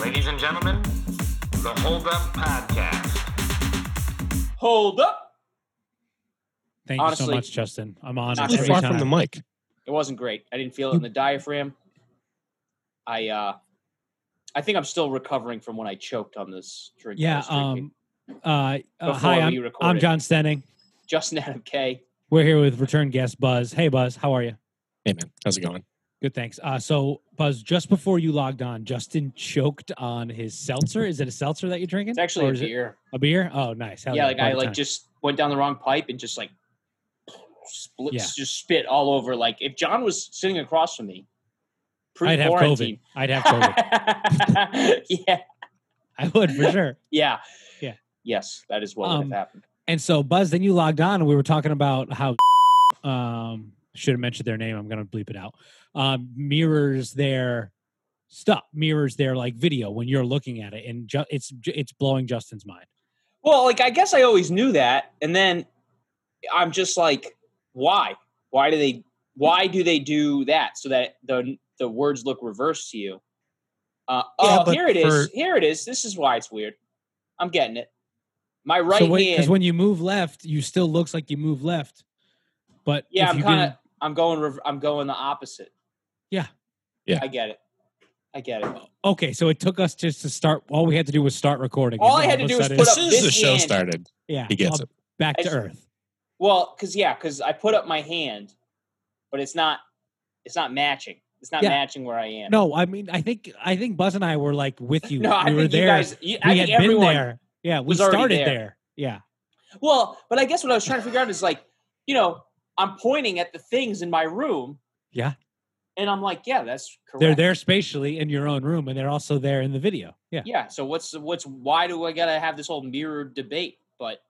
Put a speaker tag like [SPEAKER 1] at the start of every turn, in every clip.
[SPEAKER 1] Ladies and gentlemen, the Hold Up Podcast.
[SPEAKER 2] Hold up.
[SPEAKER 3] Thank you
[SPEAKER 2] Honestly,
[SPEAKER 3] so much, Justin. I'm on
[SPEAKER 2] not too
[SPEAKER 3] it
[SPEAKER 4] Too
[SPEAKER 3] every
[SPEAKER 4] far
[SPEAKER 3] time.
[SPEAKER 4] from the mic.
[SPEAKER 2] It wasn't great. I didn't feel it in the diaphragm. I uh I think I'm still recovering from when I choked on this drink. I
[SPEAKER 3] yeah.
[SPEAKER 2] was drinking.
[SPEAKER 3] Um, uh, uh,
[SPEAKER 2] Before
[SPEAKER 3] hi,
[SPEAKER 2] we
[SPEAKER 3] I'm, I'm
[SPEAKER 2] recorded.
[SPEAKER 3] John Stenning.
[SPEAKER 2] Justin Adam K.
[SPEAKER 3] We're here with return guest Buzz. Hey, Buzz, how are you?
[SPEAKER 4] Hey man, how's it going?
[SPEAKER 3] Good, thanks. Uh, so, Buzz, just before you logged on, Justin choked on his seltzer. Is it a seltzer that you're drinking?
[SPEAKER 2] It's actually
[SPEAKER 3] Or
[SPEAKER 2] a
[SPEAKER 3] is it
[SPEAKER 2] beer.
[SPEAKER 3] a beer? Oh, nice. Hell
[SPEAKER 2] yeah, like I
[SPEAKER 3] party
[SPEAKER 2] like
[SPEAKER 3] time.
[SPEAKER 2] just went down the wrong pipe and just like split,
[SPEAKER 3] Yeah.
[SPEAKER 2] just spit all over. Like if John was sitting across from me, pre
[SPEAKER 3] I'd have
[SPEAKER 2] quarantine.
[SPEAKER 3] COVID. I'd have COVID.
[SPEAKER 2] yeah,
[SPEAKER 3] I would for sure.
[SPEAKER 2] yeah,
[SPEAKER 3] Yeah.
[SPEAKER 2] Yes, that is what
[SPEAKER 3] Um,
[SPEAKER 2] would have happened.
[SPEAKER 3] And so, Buzz, then you logged on and we were talking about how um should have mentioned their name. I'm gonna bleep it out. Um, mirrors their stuff, mirrors their like video when you're looking at it, and ju- it's ju- it's blowing Justin's mind.
[SPEAKER 2] Well, like I guess I always knew that, and then I'm just like, why? Why do they? Why do they do that? So that the the words look reversed to you. Uh,
[SPEAKER 4] Yeah,
[SPEAKER 2] oh,
[SPEAKER 4] but
[SPEAKER 2] here it is.
[SPEAKER 4] for-
[SPEAKER 2] Here it is. This is why it's weird. I'm getting it. My right
[SPEAKER 3] so wait,
[SPEAKER 2] hand.
[SPEAKER 3] because when you move left, you still looks like you move left, but
[SPEAKER 2] yeah,
[SPEAKER 3] if
[SPEAKER 2] I'm
[SPEAKER 3] you
[SPEAKER 2] kind of.
[SPEAKER 3] didn't-
[SPEAKER 2] I'm going. Rev- I'm going the opposite.
[SPEAKER 3] Yeah.
[SPEAKER 4] Yeah.
[SPEAKER 2] I get it. I get it.
[SPEAKER 3] okay. So it took us just to start. All we had to do was start recording.
[SPEAKER 2] All
[SPEAKER 3] and
[SPEAKER 2] I had to
[SPEAKER 3] of a
[SPEAKER 2] do was
[SPEAKER 3] sudden-
[SPEAKER 2] put
[SPEAKER 4] As
[SPEAKER 2] up
[SPEAKER 4] soon as the
[SPEAKER 2] this
[SPEAKER 4] show
[SPEAKER 2] hand.
[SPEAKER 4] started,
[SPEAKER 3] Yeah,
[SPEAKER 4] he gets it.
[SPEAKER 3] back
[SPEAKER 2] I
[SPEAKER 3] to
[SPEAKER 2] s-
[SPEAKER 3] earth.
[SPEAKER 2] Well, because yeah, because I put up my hand, but it's not. It's not matching. It's not
[SPEAKER 3] Yeah.
[SPEAKER 2] matching where I am.
[SPEAKER 3] No, I mean, I think I think Buzz and I were like with you.
[SPEAKER 2] No, I
[SPEAKER 3] we were
[SPEAKER 2] think you
[SPEAKER 3] there.
[SPEAKER 2] guys. You, I
[SPEAKER 3] we
[SPEAKER 2] think
[SPEAKER 3] had been
[SPEAKER 2] everyone.
[SPEAKER 3] there. Yeah, we
[SPEAKER 2] was already
[SPEAKER 3] started
[SPEAKER 2] there.
[SPEAKER 3] there. Yeah.
[SPEAKER 2] Well, but I guess what I was trying to figure out is like, you know, I'm pointing at the things in my room.
[SPEAKER 3] Yeah.
[SPEAKER 2] And I'm like, yeah, that's correct.
[SPEAKER 3] They're there spatially in your own room, and they're also there in the video. Yeah.
[SPEAKER 2] Yeah. So what's what's why do I gotta have this whole mirror debate? But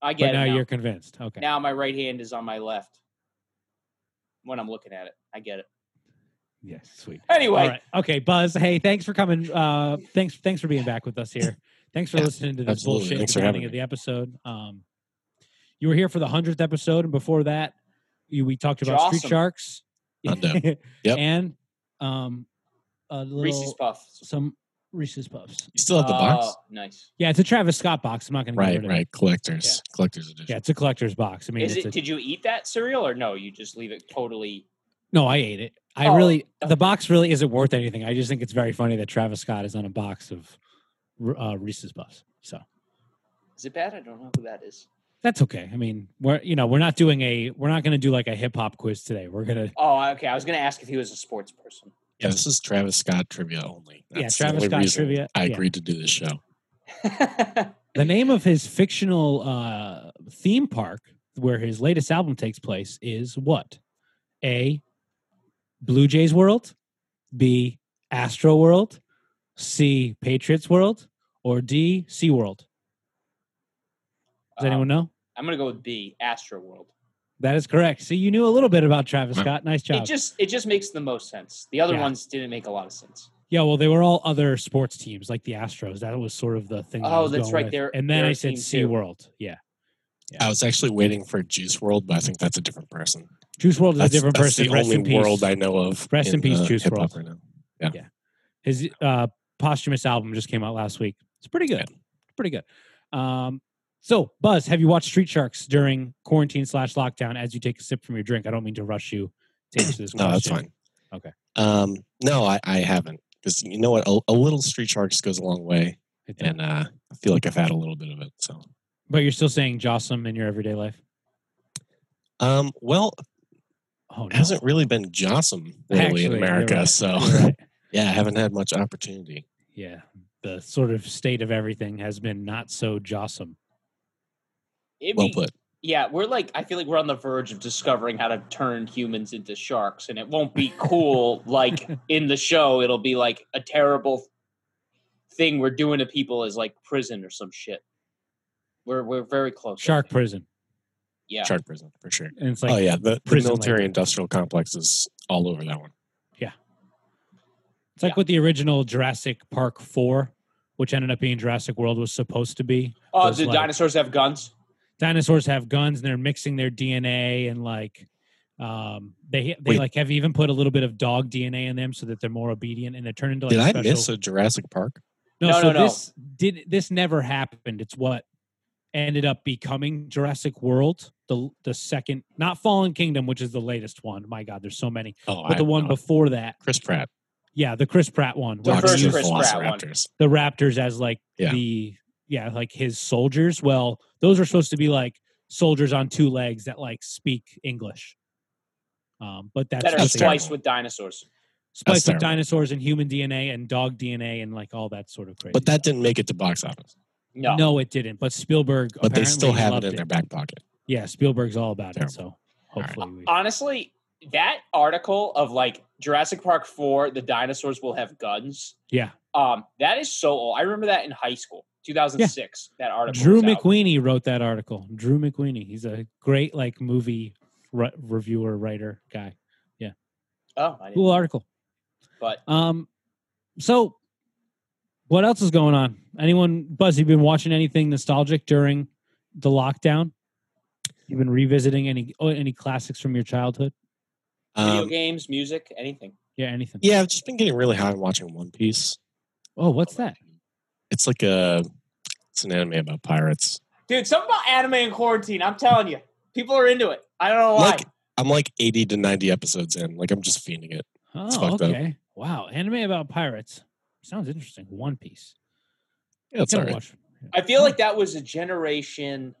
[SPEAKER 2] I
[SPEAKER 3] But
[SPEAKER 2] get
[SPEAKER 3] now
[SPEAKER 2] it. Now.
[SPEAKER 3] you're convinced. Okay.
[SPEAKER 2] now my right hand is on my left when I'm looking at it. I get it.
[SPEAKER 3] yes. Sweet.
[SPEAKER 2] Anyway,
[SPEAKER 3] All right. Okay, Buzz. Hey, thanks for coming. Uh, thanks. Thanks for being back with us here. Thanks for
[SPEAKER 4] Yeah,
[SPEAKER 3] listening to this
[SPEAKER 4] absolutely.
[SPEAKER 3] bullshit at
[SPEAKER 4] Thanks
[SPEAKER 3] the
[SPEAKER 4] for having
[SPEAKER 3] beginning of the episode. Um, you were here for the hundredth episode, and before that, you, we talked about
[SPEAKER 2] Jawsome.
[SPEAKER 3] Street Sharks.
[SPEAKER 4] Hundo.
[SPEAKER 3] yep.
[SPEAKER 4] Yep.
[SPEAKER 3] And um, a little
[SPEAKER 2] Reese's Puffs.
[SPEAKER 3] some Reese's Puffs.
[SPEAKER 4] You still have the box?
[SPEAKER 3] uh,
[SPEAKER 2] Oh, nice.
[SPEAKER 3] Yeah, it's a Travis Scott box. I'm not going to get
[SPEAKER 4] Right,
[SPEAKER 3] rid of
[SPEAKER 4] right. Collectors. Collectors
[SPEAKER 3] it. Yeah,
[SPEAKER 4] edition.
[SPEAKER 3] it's a collector's box. I mean,
[SPEAKER 2] Is
[SPEAKER 3] it's
[SPEAKER 2] it?
[SPEAKER 3] a-
[SPEAKER 2] Did you eat that cereal or no? You just leave it totally.
[SPEAKER 3] No, I ate it. I
[SPEAKER 2] Oh,
[SPEAKER 3] really
[SPEAKER 2] okay.
[SPEAKER 3] the box really isn't worth anything. I just think it's very funny that Travis Scott is on a box of R- uh, Reese's Puffs. So
[SPEAKER 2] Is it bad? I don't know who that is.
[SPEAKER 3] that's okay. I mean, we're you know we're not doing a we're not going to do like a hip hop quiz today. We're gonna
[SPEAKER 2] Oh, okay. I was gonna ask if he was a sports person.
[SPEAKER 4] Yeah, this is Travis Scott trivia only.
[SPEAKER 3] Yeah,
[SPEAKER 4] That's
[SPEAKER 3] Travis
[SPEAKER 4] the only
[SPEAKER 3] Scott
[SPEAKER 4] reason
[SPEAKER 3] trivia,
[SPEAKER 4] I
[SPEAKER 3] yeah.
[SPEAKER 4] agreed to do this show.
[SPEAKER 3] the name of his fictional uh, theme park where his latest album takes place is what? A. Blue Jays World, B. Astro World, C. Patriots World, or D. Sea World. Does
[SPEAKER 2] Um,
[SPEAKER 3] anyone know?
[SPEAKER 2] I'm gonna go with B, Astro World.
[SPEAKER 3] That is correct. See, you knew a little bit about Travis
[SPEAKER 4] Wow.
[SPEAKER 3] Scott. Nice
[SPEAKER 2] It
[SPEAKER 3] job.
[SPEAKER 2] just it just makes the most sense. The other
[SPEAKER 3] Yeah.
[SPEAKER 2] ones didn't make a lot of sense.
[SPEAKER 3] yeah, well, they were all other sports teams, like the Astros. That was sort of the thing. that I
[SPEAKER 2] Oh,
[SPEAKER 3] was
[SPEAKER 2] that's
[SPEAKER 3] going
[SPEAKER 2] right.
[SPEAKER 3] with.
[SPEAKER 2] They're-
[SPEAKER 3] and then
[SPEAKER 2] they're
[SPEAKER 3] I
[SPEAKER 2] a
[SPEAKER 3] said
[SPEAKER 2] team, too.
[SPEAKER 3] SeaWorld. Yeah.
[SPEAKER 4] I was actually waiting for Juice World, but I think that's a different person.
[SPEAKER 3] Juice World is
[SPEAKER 4] That's,
[SPEAKER 3] a different
[SPEAKER 4] that's
[SPEAKER 3] person.
[SPEAKER 4] the
[SPEAKER 3] Rest
[SPEAKER 4] only
[SPEAKER 3] in peace.
[SPEAKER 4] world I know of.
[SPEAKER 3] Rest in peace,
[SPEAKER 4] the
[SPEAKER 3] Juice
[SPEAKER 4] hip-hop
[SPEAKER 3] WRLD.
[SPEAKER 4] Right now.
[SPEAKER 3] His uh, posthumous album just came out last week. It's pretty good. Pretty good. Um, so, Buzz, have you watched Street Sharks during quarantine slash lockdown as you take a sip from your drink? I don't mean to rush you to answer this question.
[SPEAKER 4] No, that's fine.
[SPEAKER 3] Okay.
[SPEAKER 4] Um, no, I, I haven't. Because you know what? A, a little Street Sharks goes a long way.
[SPEAKER 3] It-
[SPEAKER 4] And uh, I feel like I've had a little bit of it. So
[SPEAKER 3] But you're still saying Jossum in your everyday life?
[SPEAKER 4] um, well,
[SPEAKER 3] Oh, no.
[SPEAKER 4] hasn't really been Jossum really
[SPEAKER 3] Actually,
[SPEAKER 4] in
[SPEAKER 3] you're
[SPEAKER 4] America.
[SPEAKER 3] right.
[SPEAKER 4] So
[SPEAKER 3] You're right.
[SPEAKER 4] yeah, I haven't had much opportunity.
[SPEAKER 3] yeah the sort of state of everything has been not so jawsome
[SPEAKER 2] It'd
[SPEAKER 4] Well
[SPEAKER 2] be-
[SPEAKER 4] put.
[SPEAKER 2] Yeah, we're like I feel like we're on the verge of discovering how to turn humans into sharks, and it won't be cool like in the show. It'll be like a terrible thing we're doing to people is like prison or some shit. We're we're very close. I
[SPEAKER 3] shark
[SPEAKER 2] think.
[SPEAKER 3] prison
[SPEAKER 2] Yeah.
[SPEAKER 4] Shark prison for sure.
[SPEAKER 3] and it's like
[SPEAKER 4] oh yeah, the, the
[SPEAKER 3] prison
[SPEAKER 4] military
[SPEAKER 3] labor.
[SPEAKER 4] industrial complex is all over that one.
[SPEAKER 3] it's like
[SPEAKER 2] yeah.
[SPEAKER 3] what the original jurassic park 4 which ended up being jurassic world was supposed to be
[SPEAKER 2] Oh,
[SPEAKER 3] was
[SPEAKER 2] do
[SPEAKER 3] like-
[SPEAKER 2] dinosaurs have guns?
[SPEAKER 3] dinosaurs have guns and they're mixing their dna and like um they they
[SPEAKER 4] Wait.
[SPEAKER 3] like have even put a little bit of dog dna in them so that they're more obedient and they turn into like
[SPEAKER 4] Did I
[SPEAKER 3] special-
[SPEAKER 4] miss a Jurassic Park?
[SPEAKER 3] No,
[SPEAKER 2] No,
[SPEAKER 3] so
[SPEAKER 2] no, no.
[SPEAKER 3] this did this never happened. It's what ended up becoming Jurassic World, the the second, not Fallen Kingdom, which is the latest one. My God, there's so many.
[SPEAKER 4] Oh,
[SPEAKER 3] But
[SPEAKER 4] I
[SPEAKER 3] the
[SPEAKER 4] don't
[SPEAKER 3] one
[SPEAKER 4] know.
[SPEAKER 3] before that,
[SPEAKER 4] Chris Pratt
[SPEAKER 3] yeah, the Chris Pratt one,
[SPEAKER 2] The
[SPEAKER 3] where
[SPEAKER 4] talks
[SPEAKER 2] first
[SPEAKER 3] he
[SPEAKER 4] to
[SPEAKER 3] used
[SPEAKER 2] Chris Pratt one.
[SPEAKER 4] velociraptors.
[SPEAKER 3] the Raptors as like
[SPEAKER 4] Yeah.
[SPEAKER 3] the yeah, like his soldiers. Well, those are supposed to be like soldiers on two legs that like speak English. Um, but that's
[SPEAKER 2] that are
[SPEAKER 3] what they are.
[SPEAKER 2] spliced with dinosaurs.
[SPEAKER 3] spliced with
[SPEAKER 4] terrible.
[SPEAKER 3] dinosaurs and human DNA and dog DNA and like all that sort of crazy.
[SPEAKER 4] But that
[SPEAKER 3] stuff.
[SPEAKER 4] didn't make it to box office.
[SPEAKER 2] No,
[SPEAKER 3] it didn't. But Spielberg,
[SPEAKER 4] But they still
[SPEAKER 3] apparently
[SPEAKER 4] have it
[SPEAKER 3] loved
[SPEAKER 4] in their back pocket.
[SPEAKER 3] Yeah, Spielberg's all about it.
[SPEAKER 4] Terrible.
[SPEAKER 3] So
[SPEAKER 4] right.
[SPEAKER 3] hopefully, we,
[SPEAKER 2] honestly, that article of like Jurassic Park Four, the dinosaurs will have guns.
[SPEAKER 3] yeah,
[SPEAKER 2] Um, that is so old. I remember that in high school, 2006. That article.
[SPEAKER 3] Drew
[SPEAKER 2] was out.
[SPEAKER 3] McWeeny wrote that article. Drew McWeeny, he's a great like movie re- reviewer, writer guy.
[SPEAKER 2] Oh, I didn't,
[SPEAKER 3] Cool article.
[SPEAKER 2] but
[SPEAKER 3] Um, so what else is going on? Anyone, Buzz? You been watching anything nostalgic during the lockdown? You've been revisiting any oh, any classics from your childhood?
[SPEAKER 2] video
[SPEAKER 4] Um,
[SPEAKER 2] games, music, anything.
[SPEAKER 3] Yeah, anything?
[SPEAKER 4] yeah, I've just been getting really high on watching One Piece.
[SPEAKER 3] Oh, what's that?
[SPEAKER 4] It's like a it's an anime about pirates.
[SPEAKER 2] Dude, something about anime in quarantine. I'm telling you, people are into it. I don't know why.
[SPEAKER 4] Like I'm like 80 to 90 episodes in. Like I'm just fiending it.
[SPEAKER 3] Oh,
[SPEAKER 4] fucked up.
[SPEAKER 3] okay. Wow, anime about pirates sounds interesting. One Piece.
[SPEAKER 4] Yeah, it's all
[SPEAKER 3] Gotta
[SPEAKER 4] right.
[SPEAKER 3] watch.
[SPEAKER 2] I feel like that was a generation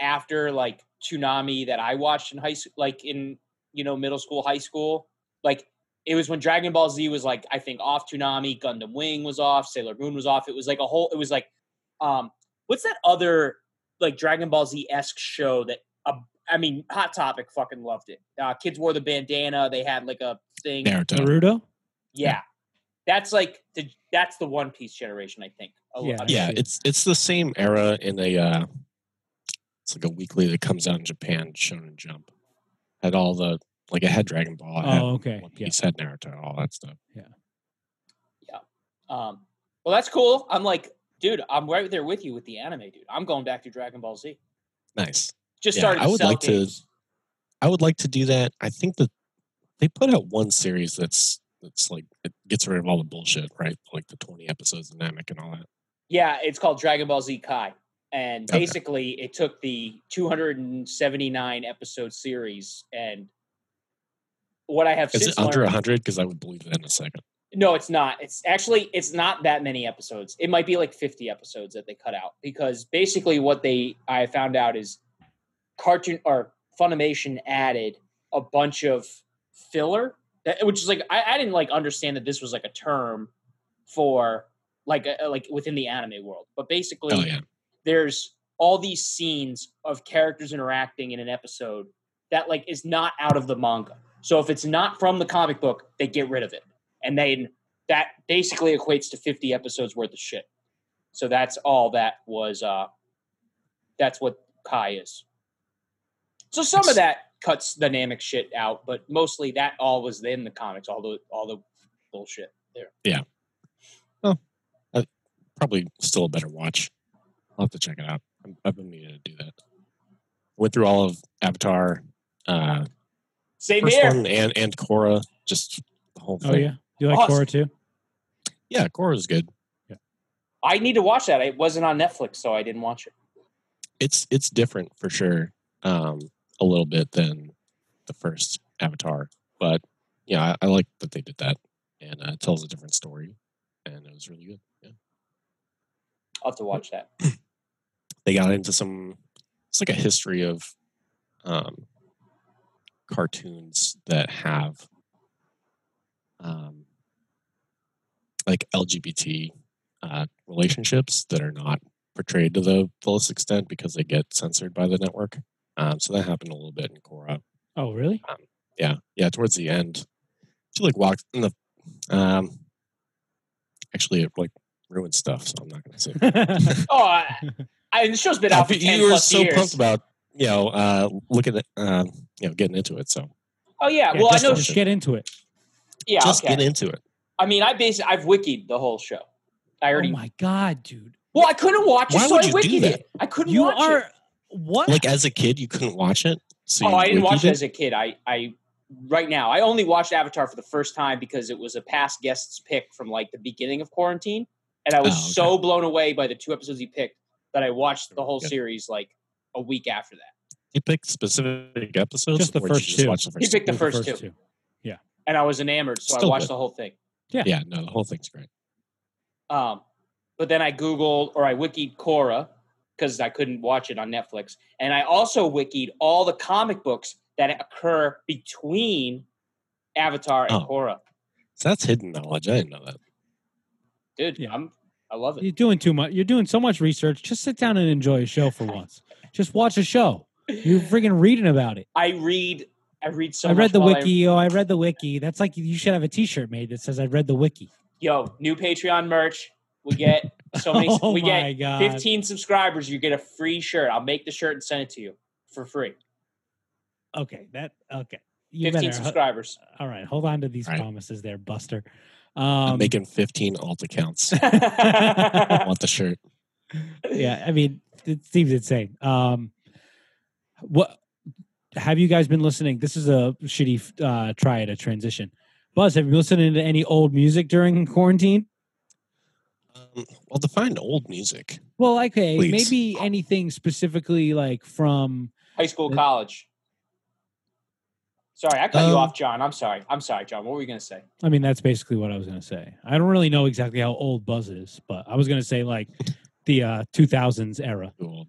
[SPEAKER 2] after like Tsunami that I watched in high school, like in you know middle school, high school. Like it was when Dragon Ball Z was like I think off Toonami, Gundam Wing was off, Sailor Moon was off. It was like a whole. It was like, um, what's that other like Dragon Ball Z esque show that? Uh, I mean, Hot Topic fucking loved it. Uh, kids wore the bandana. They had like a thing. Yeah,
[SPEAKER 4] Naruto.
[SPEAKER 3] Naruto.
[SPEAKER 2] that's like the that's the One Piece generation, I think. A- a-
[SPEAKER 3] Yeah.
[SPEAKER 4] Yeah,
[SPEAKER 3] Shit.
[SPEAKER 4] it's it's the same era in a uh it's like a weekly that comes out in Japan, Shonen Jump. Had all the like it had Dragon Ball, it had
[SPEAKER 3] Oh, okay.
[SPEAKER 4] One
[SPEAKER 3] Yeah.
[SPEAKER 4] Piece, had Naruto, all that stuff.
[SPEAKER 2] Um, well, that's cool. I'm like, dude, I'm right there with you with the anime, dude. I'm going back to Dragon Ball Z.
[SPEAKER 4] Nice.
[SPEAKER 2] Just
[SPEAKER 4] Yeah,
[SPEAKER 2] started.
[SPEAKER 4] I
[SPEAKER 2] to
[SPEAKER 4] would
[SPEAKER 2] sell
[SPEAKER 4] like to-
[SPEAKER 2] games.
[SPEAKER 4] I would like to do that. I think that they put out one series that's that's like it gets rid of all the bullshit, right? Like the twenty episodes of Namek and all that.
[SPEAKER 2] Yeah, it's called Dragon Ball Z Kai, and
[SPEAKER 4] Okay.
[SPEAKER 2] basically, it took the 279 episode series and what I have
[SPEAKER 4] Is
[SPEAKER 2] since
[SPEAKER 4] it under
[SPEAKER 2] learned-
[SPEAKER 4] hundred? Because I would believe that in a second.
[SPEAKER 2] No, it's not. It's actually it's not that many episodes. It might be like 50 episodes that they cut out because basically what they I found out is cartoon or Funimation added a bunch of filler, that- which is like I, I didn't like understand that this was like a term for like a, like within the anime world. But basically,
[SPEAKER 4] Oh yeah.
[SPEAKER 2] there's all these scenes of characters interacting in an episode that like is not out of the manga. So if it's not from the comic book, they get rid of it. And then that basically equates to 50 episodes worth of shit. So that's all that was uh that's what Kai is. So some of
[SPEAKER 4] It's-
[SPEAKER 2] that cuts dynamic shit out, but mostly that all was in the comics, all the all the bullshit there.
[SPEAKER 4] Probably still a better watch. I'll have to check it out. I'm, I've been meaning to do that. Went through all of Avatar, uh,
[SPEAKER 2] Same
[SPEAKER 4] first
[SPEAKER 2] here.
[SPEAKER 4] one and and Korra, just the whole thing.
[SPEAKER 3] Oh yeah. Do you like
[SPEAKER 2] Awesome.
[SPEAKER 3] horror too?
[SPEAKER 4] yeah, Korra's good.
[SPEAKER 2] I need to watch that. It wasn't on Netflix, so I didn't watch it.
[SPEAKER 4] it's it's different for sure um a little bit than the first avatar but yeah i, I like that they did that and uh, it tells a different story and it was really good yeah
[SPEAKER 2] I'll have to watch that.
[SPEAKER 4] they got into some it's like a history of um cartoons that have um like lgbt uh relationships that are not portrayed to the fullest extent because they get censored by the network um so that happened a little bit in Korra
[SPEAKER 3] Oh, really?
[SPEAKER 4] yeah yeah towards the end she like walks in the um actually it like ruined stuff so i'm not gonna say
[SPEAKER 2] Oh, I, I, the show's been
[SPEAKER 4] Yeah,
[SPEAKER 2] out for
[SPEAKER 4] but
[SPEAKER 2] ten
[SPEAKER 4] you were
[SPEAKER 2] plus
[SPEAKER 4] so
[SPEAKER 2] years.
[SPEAKER 4] pumped about you know uh, looking at um, you know getting into it. So
[SPEAKER 2] oh yeah,
[SPEAKER 3] Yeah,
[SPEAKER 2] well I
[SPEAKER 3] just,
[SPEAKER 2] know.
[SPEAKER 3] Just get into it. Oh,
[SPEAKER 2] Yeah,
[SPEAKER 4] just
[SPEAKER 2] okay.
[SPEAKER 4] get into it.
[SPEAKER 2] I mean, I basically I've wikied the whole show. I
[SPEAKER 3] Oh
[SPEAKER 2] already.
[SPEAKER 3] my god, dude!
[SPEAKER 2] well, I couldn't watch
[SPEAKER 4] Why
[SPEAKER 2] it, so I
[SPEAKER 4] would
[SPEAKER 2] wikied
[SPEAKER 4] you do that?
[SPEAKER 2] it. I couldn't
[SPEAKER 3] You
[SPEAKER 2] watch
[SPEAKER 3] are
[SPEAKER 2] it.
[SPEAKER 3] what?
[SPEAKER 4] Like as a kid, you couldn't watch it. So
[SPEAKER 2] Oh,
[SPEAKER 4] you
[SPEAKER 2] I didn't watch
[SPEAKER 4] wikied
[SPEAKER 2] it as a kid. I, I right now I only watched Avatar for the first time because it was a past guest's pick from like the beginning of quarantine. and I was
[SPEAKER 4] Oh, okay.
[SPEAKER 2] so blown away by the two episodes he picked that I watched the whole
[SPEAKER 4] Good.
[SPEAKER 2] series like a week after that.
[SPEAKER 4] You picked specific episodes.
[SPEAKER 3] Just the
[SPEAKER 4] or did
[SPEAKER 3] first
[SPEAKER 4] you just
[SPEAKER 3] two.
[SPEAKER 4] watch the first
[SPEAKER 2] He picked the
[SPEAKER 3] Those
[SPEAKER 2] first,
[SPEAKER 3] are
[SPEAKER 2] two, and I was enamored, so
[SPEAKER 4] Still
[SPEAKER 2] I watched
[SPEAKER 4] good.
[SPEAKER 2] the whole thing.
[SPEAKER 3] Yeah.
[SPEAKER 4] Yeah, no, the whole thing's great.
[SPEAKER 2] Um, but then I Googled or I wikied Cora because I couldn't watch it on Netflix. And I also wikied all the comic books that occur between Avatar and
[SPEAKER 4] Oh.
[SPEAKER 2] Korra.
[SPEAKER 4] So that's hidden knowledge. I didn't know that.
[SPEAKER 2] Dude,
[SPEAKER 3] Yeah.
[SPEAKER 2] I'm, I love it.
[SPEAKER 3] You're doing too much. You're doing so much research. Just sit down and enjoy a show for once. Just watch a show. You're freaking reading about it.
[SPEAKER 2] I read I read so
[SPEAKER 3] I
[SPEAKER 2] much
[SPEAKER 3] read the
[SPEAKER 2] while I-
[SPEAKER 3] wiki. oh, I read the wiki. That's like you should have a T-shirt made that says "I read the wiki."
[SPEAKER 2] yo, new Patreon merch. We get so many
[SPEAKER 3] oh
[SPEAKER 2] we get
[SPEAKER 3] my god!
[SPEAKER 2] 15 subscribers, you get a free shirt. I'll make the shirt and send it to you for free.
[SPEAKER 3] Okay, that okay. You
[SPEAKER 2] 15
[SPEAKER 3] better.
[SPEAKER 2] subscribers.
[SPEAKER 3] All right, hold on to these
[SPEAKER 4] All right.
[SPEAKER 3] promises, there, Buster.
[SPEAKER 4] I'm
[SPEAKER 3] Um,
[SPEAKER 4] making 15 alt accounts. I want the shirt.
[SPEAKER 3] yeah, I mean, it seems insane. Um, what have you guys been listening? This is a shitty uh, try at a transition. Buzz, have you been listening to any old music during quarantine?
[SPEAKER 4] Um, well, define old music.
[SPEAKER 3] Well, okay,
[SPEAKER 4] Please.
[SPEAKER 3] maybe anything specifically like from
[SPEAKER 2] High school,
[SPEAKER 3] Yeah.
[SPEAKER 2] college. Sorry, I cut you
[SPEAKER 4] Um,
[SPEAKER 2] off, John. I'm sorry. I'm sorry, John. What were you going to say?
[SPEAKER 3] I mean, that's basically what I was going to say. I don't really know exactly how old Buzz is, but I was going to say like the uh, 2000s era.
[SPEAKER 4] Too old.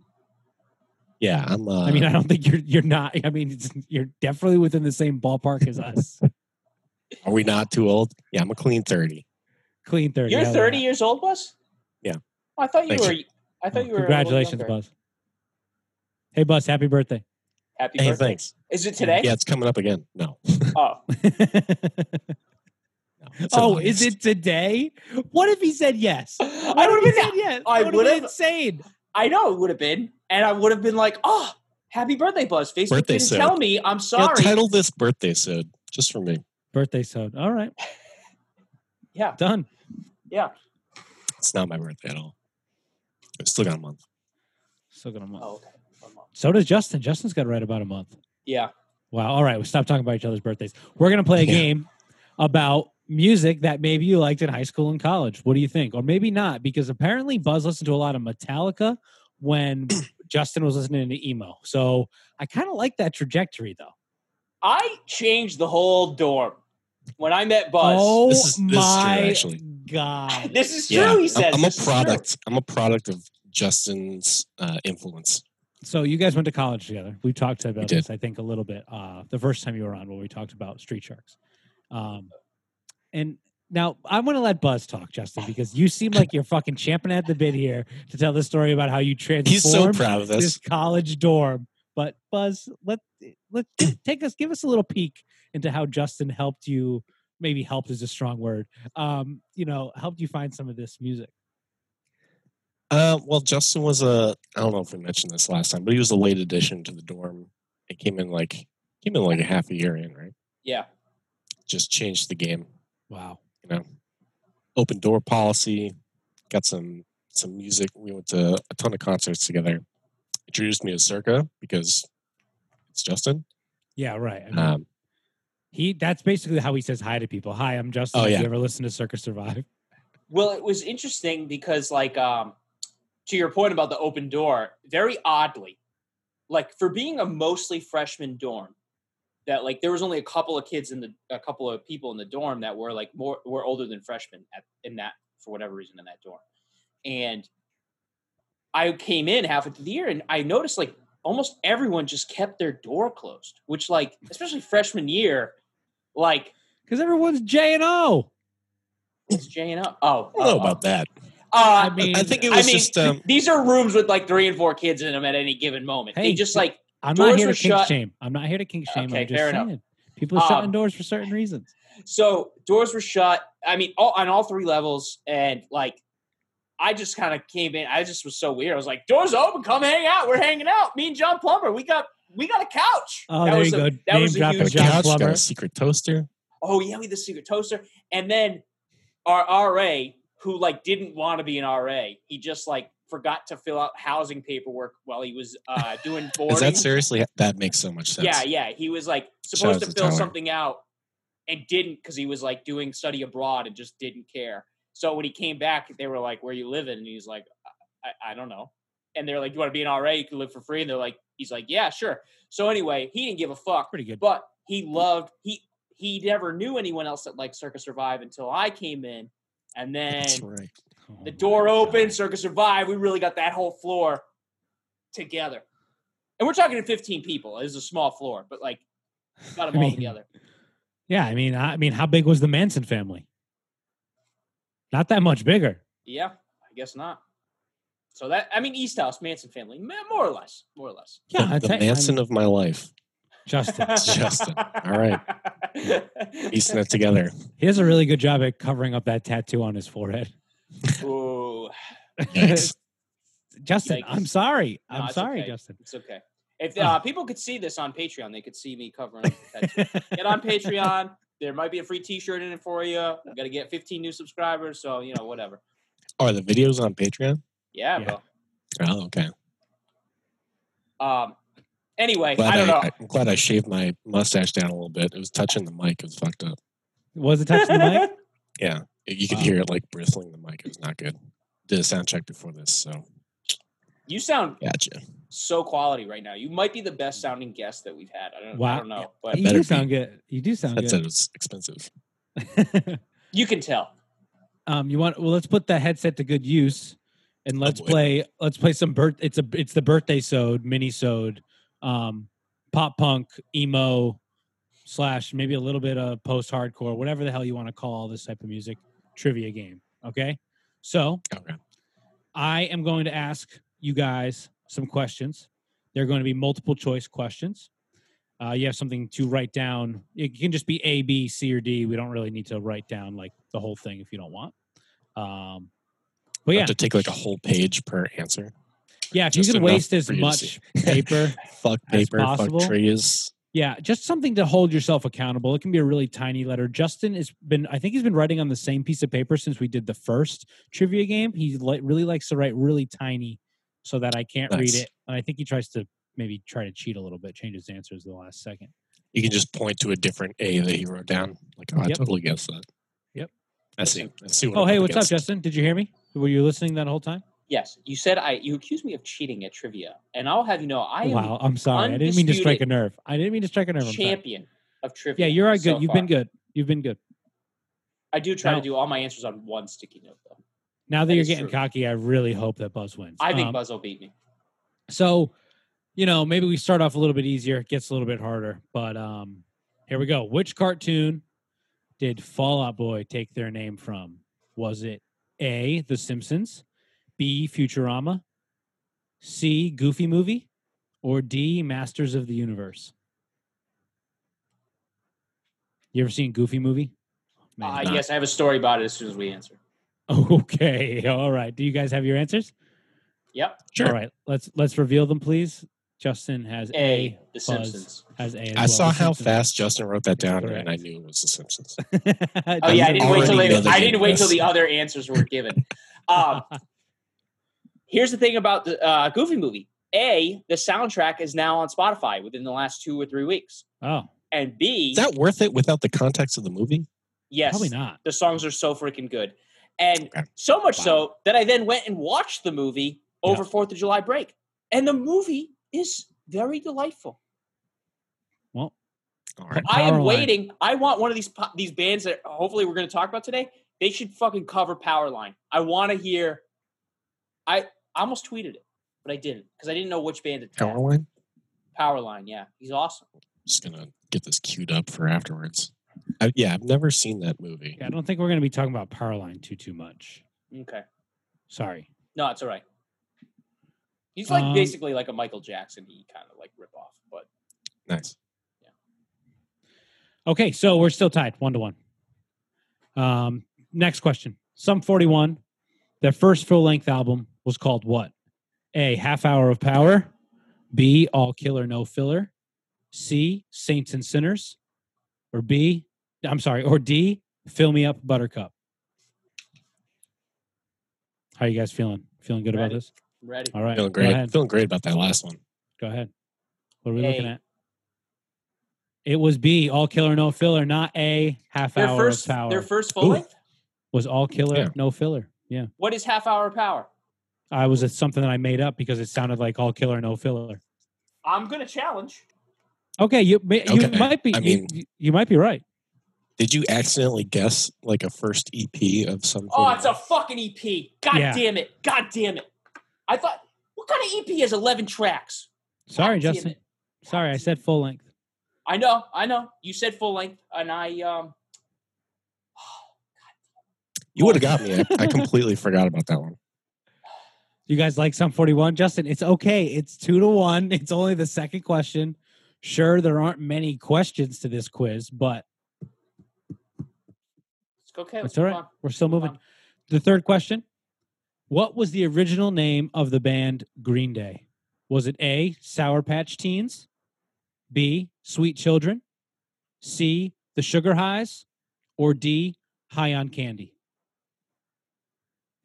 [SPEAKER 4] Yeah, I'm. Uh,
[SPEAKER 3] I mean, I don't think you're you're not. I mean, it's, you're definitely within the same ballpark as us.
[SPEAKER 4] are we not too old? Yeah, I'm a clean 30.
[SPEAKER 3] Clean 30
[SPEAKER 2] You're
[SPEAKER 3] hell yeah.
[SPEAKER 2] 30 years old, Buzz?
[SPEAKER 4] Yeah.
[SPEAKER 2] I thought you
[SPEAKER 4] Thanks.
[SPEAKER 2] were. I thought you were. a little
[SPEAKER 3] Oh, Congratulations,
[SPEAKER 2] younger.
[SPEAKER 3] Buzz. Hey, Buzz, happy birthday.
[SPEAKER 2] Happy
[SPEAKER 4] Hey,
[SPEAKER 2] birthday.
[SPEAKER 4] thanks.
[SPEAKER 2] Is it today?
[SPEAKER 4] Yeah, it's coming up again. No.
[SPEAKER 2] Oh,
[SPEAKER 4] no it's in
[SPEAKER 3] oh, is
[SPEAKER 4] August.
[SPEAKER 3] it today? What if he said yes?
[SPEAKER 2] I would have been.
[SPEAKER 3] yes.
[SPEAKER 2] I
[SPEAKER 3] That would've
[SPEAKER 2] would've-
[SPEAKER 3] been insane.
[SPEAKER 2] I know it would have been, and I would have been like, "Oh, happy birthday, Buzz!" Facebook
[SPEAKER 4] Birthday
[SPEAKER 2] didn't
[SPEAKER 4] soon.
[SPEAKER 2] tell me. I'm
[SPEAKER 4] Yeah,
[SPEAKER 2] sorry.
[SPEAKER 4] title this birthday sode just for me.
[SPEAKER 3] Birthday sode. All right,
[SPEAKER 2] yeah,
[SPEAKER 3] done.
[SPEAKER 4] It's not my birthday at all. I still got a month.
[SPEAKER 3] Still got a month.
[SPEAKER 2] Oh, okay. One more.
[SPEAKER 3] So does Justin. Justin's got right about a month.
[SPEAKER 2] Yeah.
[SPEAKER 3] Wow. All right, we stop talking about each other's birthdays. We're gonna play a
[SPEAKER 4] Yeah.
[SPEAKER 3] game about music that maybe you liked in high school and college. What do you think? Or maybe not, because apparently Buzz listened to a lot of Metallica when Justin was listening to emo. So I kind of like that trajectory, though.
[SPEAKER 2] I changed the whole dorm when I met Buzz.
[SPEAKER 3] Oh
[SPEAKER 4] This is- this is true,
[SPEAKER 3] my
[SPEAKER 4] actually.
[SPEAKER 3] god!
[SPEAKER 2] This is true.
[SPEAKER 4] Yeah,
[SPEAKER 2] he
[SPEAKER 4] I'm-
[SPEAKER 2] says
[SPEAKER 4] I'm,
[SPEAKER 2] This
[SPEAKER 4] a
[SPEAKER 2] is true.
[SPEAKER 4] product. I'm a product of Justin's uh, influence.
[SPEAKER 3] So you guys went to college together. We talked about
[SPEAKER 4] did.
[SPEAKER 3] this, I think, a little bit uh, the first time you were on when we talked about Street Sharks. Um, and now I want to let Buzz talk, Justin, because you seem like you're fucking champing at the bit here to tell the story about how you transformed
[SPEAKER 4] He's so proud of
[SPEAKER 3] this
[SPEAKER 4] this.
[SPEAKER 3] college dorm. But Buzz, let let take us, give us a little peek into how Justin helped you. Maybe helped is a strong word. Um, you know, helped you find some of this music.
[SPEAKER 4] Uh, well, Justin was a. I don't know if we mentioned this last time, but he was a late addition to the dorm. It came in like came in like a half a year in, right?
[SPEAKER 2] Yeah.
[SPEAKER 4] Just changed the game.
[SPEAKER 3] Wow.
[SPEAKER 4] You know, open door policy. Got some some music. We went to a ton of concerts together. Introduced me to Circa because it's Justin.
[SPEAKER 3] Yeah. Right. I mean,
[SPEAKER 4] Um,
[SPEAKER 3] He that's basically how he says hi to people. Hi, I'm Justin.
[SPEAKER 4] Oh,
[SPEAKER 3] Have
[SPEAKER 4] yeah.
[SPEAKER 3] you ever listened to Circus Survive?
[SPEAKER 2] Well, it was interesting because, like, um, to your point about the open door, very oddly, like for being a mostly freshman dorm, that like there was only a couple of kids in the a couple of people in the dorm that were like more were older than freshmen at, in that for whatever reason in that dorm, and I came in halfway through the year and I noticed like almost everyone just kept their door closed, which like especially freshman year, like
[SPEAKER 3] Because everyone's J and O.
[SPEAKER 2] it's Jane up. Oh,
[SPEAKER 4] I don't know
[SPEAKER 2] oh, oh.
[SPEAKER 4] about that.
[SPEAKER 2] Uh,
[SPEAKER 3] I mean,
[SPEAKER 4] I think it
[SPEAKER 2] I
[SPEAKER 4] was
[SPEAKER 2] mean,
[SPEAKER 4] just um,
[SPEAKER 2] these are rooms with like three and four kids in them at any given moment. they
[SPEAKER 3] Hey,
[SPEAKER 2] just like
[SPEAKER 3] I'm
[SPEAKER 2] doors
[SPEAKER 3] not here
[SPEAKER 2] were
[SPEAKER 3] to kink
[SPEAKER 2] shut.
[SPEAKER 3] shame. I'm not here to kink shame.
[SPEAKER 2] Okay,
[SPEAKER 3] I'm just
[SPEAKER 2] fair
[SPEAKER 3] saying
[SPEAKER 2] enough.
[SPEAKER 3] people are shutting
[SPEAKER 2] Um,
[SPEAKER 3] doors for certain reasons.
[SPEAKER 2] so doors were shut. I mean, all, on all three levels, and like I just kind of came in. I just was so weird. I was like, "Doors open, come hang out. We're hanging out. Me and John Plumber. We got we got a couch.
[SPEAKER 3] Oh, there
[SPEAKER 2] was
[SPEAKER 3] you
[SPEAKER 2] a,
[SPEAKER 3] go.
[SPEAKER 2] That
[SPEAKER 3] Name
[SPEAKER 2] was a
[SPEAKER 3] dropping.
[SPEAKER 4] got a
[SPEAKER 2] huge.
[SPEAKER 3] John
[SPEAKER 4] couch, got
[SPEAKER 3] Plummer.
[SPEAKER 4] a secret toaster.
[SPEAKER 2] Oh yeah, we had the secret toaster, and then our RA who like didn't want to be an RA. He just like forgot to fill out housing paperwork while he was uh, doing boarding.
[SPEAKER 4] Is that seriously? That makes so much sense.
[SPEAKER 2] Yeah, yeah. He was like
[SPEAKER 4] out
[SPEAKER 2] supposed to
[SPEAKER 4] to
[SPEAKER 2] fill
[SPEAKER 4] Tyler.
[SPEAKER 2] something out and didn't because he was like doing study abroad and just didn't care. So when he came back, they were like, "Where you living?" And he's like, "I, I don't know." And they're like, "You want to be an RA? You can live for free." And they're like, "He's like, yeah, sure." So anyway, he didn't give a fuck,
[SPEAKER 3] Pretty good.
[SPEAKER 2] but he loved he he never knew anyone else that liked Circus Survive until I came in, and then
[SPEAKER 4] That's right.
[SPEAKER 3] Oh
[SPEAKER 2] the
[SPEAKER 3] my
[SPEAKER 2] door
[SPEAKER 3] God.
[SPEAKER 2] opened, Circus Survive. We really got that whole floor together. And we're talking to 15 people. It was a small floor, but like got them
[SPEAKER 3] I
[SPEAKER 2] all
[SPEAKER 3] mean-
[SPEAKER 2] together.
[SPEAKER 3] Yeah, I mean, I I mean, how big was the Manson family? Not that much bigger.
[SPEAKER 2] Yeah, I guess not. So that I mean East House Manson family, ma- more or less, more or less.
[SPEAKER 3] Yeah,
[SPEAKER 4] the,
[SPEAKER 3] I'd
[SPEAKER 4] the
[SPEAKER 3] say- I
[SPEAKER 4] Manson
[SPEAKER 3] mean,
[SPEAKER 4] of my life.
[SPEAKER 3] Justin.
[SPEAKER 4] Justin. All right. Piecing it together.
[SPEAKER 3] He does a really good job at covering up that tattoo on his forehead.
[SPEAKER 2] Ooh,
[SPEAKER 4] Yikes.
[SPEAKER 3] Justin, I'm
[SPEAKER 2] Yikes.
[SPEAKER 3] sorry.
[SPEAKER 2] No,
[SPEAKER 3] I'm
[SPEAKER 2] it's
[SPEAKER 3] sorry,
[SPEAKER 2] okay.
[SPEAKER 3] Justin.
[SPEAKER 2] it's okay. If uh, people could see this on Patreon, they could see me covering up the tattoo. Get on Patreon. There might be a free T-shirt in it for you. We got to get 15 new subscribers, so you know whatever.
[SPEAKER 4] Are the videos on Patreon?
[SPEAKER 2] Yeah,
[SPEAKER 3] Yeah.
[SPEAKER 2] bro.
[SPEAKER 4] Oh, okay.
[SPEAKER 2] Um. Anyway,
[SPEAKER 4] Glad
[SPEAKER 2] I don't know.
[SPEAKER 4] I'm glad I shaved my mustache down a little bit. It was touching the mic. It was fucked up.
[SPEAKER 3] was it touching the mic?
[SPEAKER 4] Yeah. You could
[SPEAKER 3] Wow.
[SPEAKER 4] hear it like bristling the mic. It was not good. Did a sound check before this, so
[SPEAKER 2] you sound
[SPEAKER 4] gotcha.
[SPEAKER 2] so quality right now. You might be the best sounding guest that we've had. I don't, I
[SPEAKER 3] Wow.
[SPEAKER 2] don't know, but
[SPEAKER 3] You
[SPEAKER 4] better
[SPEAKER 3] do
[SPEAKER 4] be.
[SPEAKER 3] sound good. You do sound
[SPEAKER 4] That said, it
[SPEAKER 3] good.
[SPEAKER 4] was expensive.
[SPEAKER 2] you can tell.
[SPEAKER 3] um, you want? Well, let's put the headset to good use, and let's
[SPEAKER 4] boy.
[SPEAKER 3] play. Let's play some birth. It's a. It's the birthday sode, mini sode, um, pop punk, emo, slash maybe a little bit of post hardcore, whatever the hell you want to call this type of music trivia game. Okay, so
[SPEAKER 4] Okay.
[SPEAKER 3] I am going to ask you guys some questions. They're going to be multiple choice questions. Uh, you have something to write down. It can just be A, B, C, or D. We don't really need to write down like the whole thing if you don't want. Um, but
[SPEAKER 4] You
[SPEAKER 3] yeah,
[SPEAKER 4] have to take like a whole page per answer.
[SPEAKER 3] yeah. If you
[SPEAKER 4] just
[SPEAKER 3] can
[SPEAKER 4] enough
[SPEAKER 3] waste as
[SPEAKER 4] for you to see.
[SPEAKER 3] much paper,
[SPEAKER 4] Fuck
[SPEAKER 3] As
[SPEAKER 4] paper, fuck
[SPEAKER 3] possible.
[SPEAKER 4] trees.
[SPEAKER 3] yeah, just something to hold yourself accountable. It can be a really tiny letter. Justin has been, I think he's been writing on the same piece of paper since we did the first trivia game. He li- really likes to write really tiny so that I can't read
[SPEAKER 4] Nice.
[SPEAKER 3] it. And I think he tries to maybe try to cheat a little bit, change his answers the last second.
[SPEAKER 4] You can just point to a different A that he wrote down. Like, oh, I
[SPEAKER 3] Yep.
[SPEAKER 4] totally guessed that.
[SPEAKER 3] Yep.
[SPEAKER 4] I see. I see what
[SPEAKER 3] Oh,
[SPEAKER 4] I'm
[SPEAKER 3] hey,
[SPEAKER 4] up
[SPEAKER 3] what's up,
[SPEAKER 4] against.
[SPEAKER 3] Justin? Did you hear me? Were you listening that whole time?
[SPEAKER 2] Yes, you said I. You accused me of cheating at trivia, and I'll have you know I am
[SPEAKER 3] wow, I'm sorry. I didn't mean to strike a
[SPEAKER 2] undisputed
[SPEAKER 3] nerve. I didn't mean to strike a nerve. I'm
[SPEAKER 2] the
[SPEAKER 3] sorry.
[SPEAKER 2] champion of trivia.
[SPEAKER 3] Yeah, you're all good.
[SPEAKER 2] so
[SPEAKER 3] You've
[SPEAKER 2] far.
[SPEAKER 3] been good. You've been good.
[SPEAKER 2] I do try
[SPEAKER 3] Now-
[SPEAKER 2] to do all my answers on one sticky note, though.
[SPEAKER 3] Now that,
[SPEAKER 2] That
[SPEAKER 3] you're
[SPEAKER 2] is
[SPEAKER 3] getting
[SPEAKER 2] true.
[SPEAKER 3] cocky, I really hope that Buzz wins.
[SPEAKER 2] I think
[SPEAKER 3] Um,
[SPEAKER 2] Buzz will beat me.
[SPEAKER 3] So, you know, maybe we start off a little bit easier, it gets a little bit harder, but um here we go. Which cartoon did Fallout Boy take their name from? Was it A, The Simpsons, B, Futurama, C, Goofy Movie, or D, Masters of the Universe? You ever seen Goofy Movie?
[SPEAKER 2] Uh,
[SPEAKER 3] Man.
[SPEAKER 4] Nah.
[SPEAKER 2] yes, I have a story about it as soon as we answer.
[SPEAKER 3] okay. All right. Do you guys have your answers?
[SPEAKER 2] Yep.
[SPEAKER 4] Sure.
[SPEAKER 3] All right. Let's let's reveal them please. Justin has A,
[SPEAKER 2] A. The
[SPEAKER 3] Buzz.
[SPEAKER 2] Simpsons.
[SPEAKER 3] as A. As
[SPEAKER 4] I
[SPEAKER 3] well,
[SPEAKER 4] saw
[SPEAKER 3] The
[SPEAKER 4] how
[SPEAKER 3] Simpsons.
[SPEAKER 4] fast Justin wrote that down,
[SPEAKER 3] Correct.
[SPEAKER 4] and I knew it was The Simpsons.
[SPEAKER 2] Oh yeah, I didn't wait till
[SPEAKER 4] Already
[SPEAKER 2] they,
[SPEAKER 4] know the
[SPEAKER 2] I didn't wait till
[SPEAKER 4] answers.
[SPEAKER 2] the other answers were given. Um, here's the thing about the uh, Goofy movie. A, the soundtrack is now on Spotify within the last two or three weeks,
[SPEAKER 3] Oh,
[SPEAKER 2] and B,
[SPEAKER 4] Is that worth it without the context of the movie?
[SPEAKER 2] yes,
[SPEAKER 3] probably not.
[SPEAKER 2] the songs are so freaking good, and
[SPEAKER 4] Okay.
[SPEAKER 2] so much
[SPEAKER 4] Wow.
[SPEAKER 2] so that I then went and watched the movie over Fourth of July break, and the movie is very delightful.
[SPEAKER 3] Well,
[SPEAKER 4] All right.
[SPEAKER 2] I am
[SPEAKER 3] Powerline.
[SPEAKER 2] waiting. I want one of these po- these bands that hopefully we're going to talk about today. They should fucking cover Powerline. I want to hear. I I almost tweeted it, but I didn't because I didn't know which band to tag.
[SPEAKER 4] Powerline?
[SPEAKER 2] Powerline. Yeah, he's awesome.
[SPEAKER 4] Just going to get this queued up for afterwards. I, yeah, I've never seen that movie.
[SPEAKER 3] yeah, I don't think we're going to be talking about Powerline too too much.
[SPEAKER 2] Okay,
[SPEAKER 3] Sorry.
[SPEAKER 2] no, it's all right. He's like
[SPEAKER 3] Um,
[SPEAKER 2] basically like a Michael Jackson. He kind of like rip off, but
[SPEAKER 4] Nice.
[SPEAKER 3] Okay, so we're still tied one to one. Um, next question. Sum forty one. Their first full length album was called what? A. Half Hour of Power. B. All Killer No Filler. C. Saints and Sinners. Or B. I'm sorry. Or D. Fill Me Up Buttercup. How you guys feeling? Feeling good about
[SPEAKER 2] Ready.
[SPEAKER 3] this?
[SPEAKER 2] I'm ready.
[SPEAKER 3] All right.
[SPEAKER 4] Feeling
[SPEAKER 3] Go
[SPEAKER 4] great.
[SPEAKER 3] ahead.
[SPEAKER 4] Feeling great about that last one.
[SPEAKER 3] Go ahead. What are we looking
[SPEAKER 2] A.
[SPEAKER 3] at? It was B. All Killer No Filler, not A. Half
[SPEAKER 2] Their
[SPEAKER 3] Hour
[SPEAKER 2] first
[SPEAKER 3] of Power.
[SPEAKER 2] their first
[SPEAKER 4] Ooh.
[SPEAKER 2] full length.
[SPEAKER 3] was all killer,
[SPEAKER 4] Yeah.
[SPEAKER 3] no filler. Yeah,
[SPEAKER 2] What is half hour power?
[SPEAKER 3] I was it's something that I made up because it sounded like all killer, no filler.
[SPEAKER 2] I'm gonna challenge.
[SPEAKER 3] Okay, you may, you
[SPEAKER 4] Okay,
[SPEAKER 3] might be
[SPEAKER 4] I
[SPEAKER 3] you-
[SPEAKER 4] mean-
[SPEAKER 3] you, you might be right.
[SPEAKER 4] Did you accidentally guess like a first EP of some?
[SPEAKER 2] Oh,
[SPEAKER 4] sort
[SPEAKER 2] it's a fucking EP. God
[SPEAKER 3] Yeah.
[SPEAKER 2] damn it. God damn it. I thought what kind of EP has eleven tracks?
[SPEAKER 3] Sorry,
[SPEAKER 2] God damn
[SPEAKER 3] Justin.
[SPEAKER 2] it.
[SPEAKER 3] Sorry, I
[SPEAKER 2] damn
[SPEAKER 3] said full length.
[SPEAKER 2] I know, I know. You said full length, and I um
[SPEAKER 4] you would have got me. I, I completely forgot about that one.
[SPEAKER 3] You guys like some 41? Justin, it's okay. It's two to one. It's only the second question. Sure, there aren't many questions to this quiz, but
[SPEAKER 2] it's okay.
[SPEAKER 3] That's
[SPEAKER 2] Let's
[SPEAKER 3] all
[SPEAKER 2] move
[SPEAKER 3] right.
[SPEAKER 2] on.
[SPEAKER 3] we're still
[SPEAKER 2] Move
[SPEAKER 3] moving.
[SPEAKER 2] on.
[SPEAKER 3] The third question What was the original name of the band Green Day? Was it A, Sour Patch Teens? B, Sweet Children? C, The Sugar Highs? Or D, High on Candy?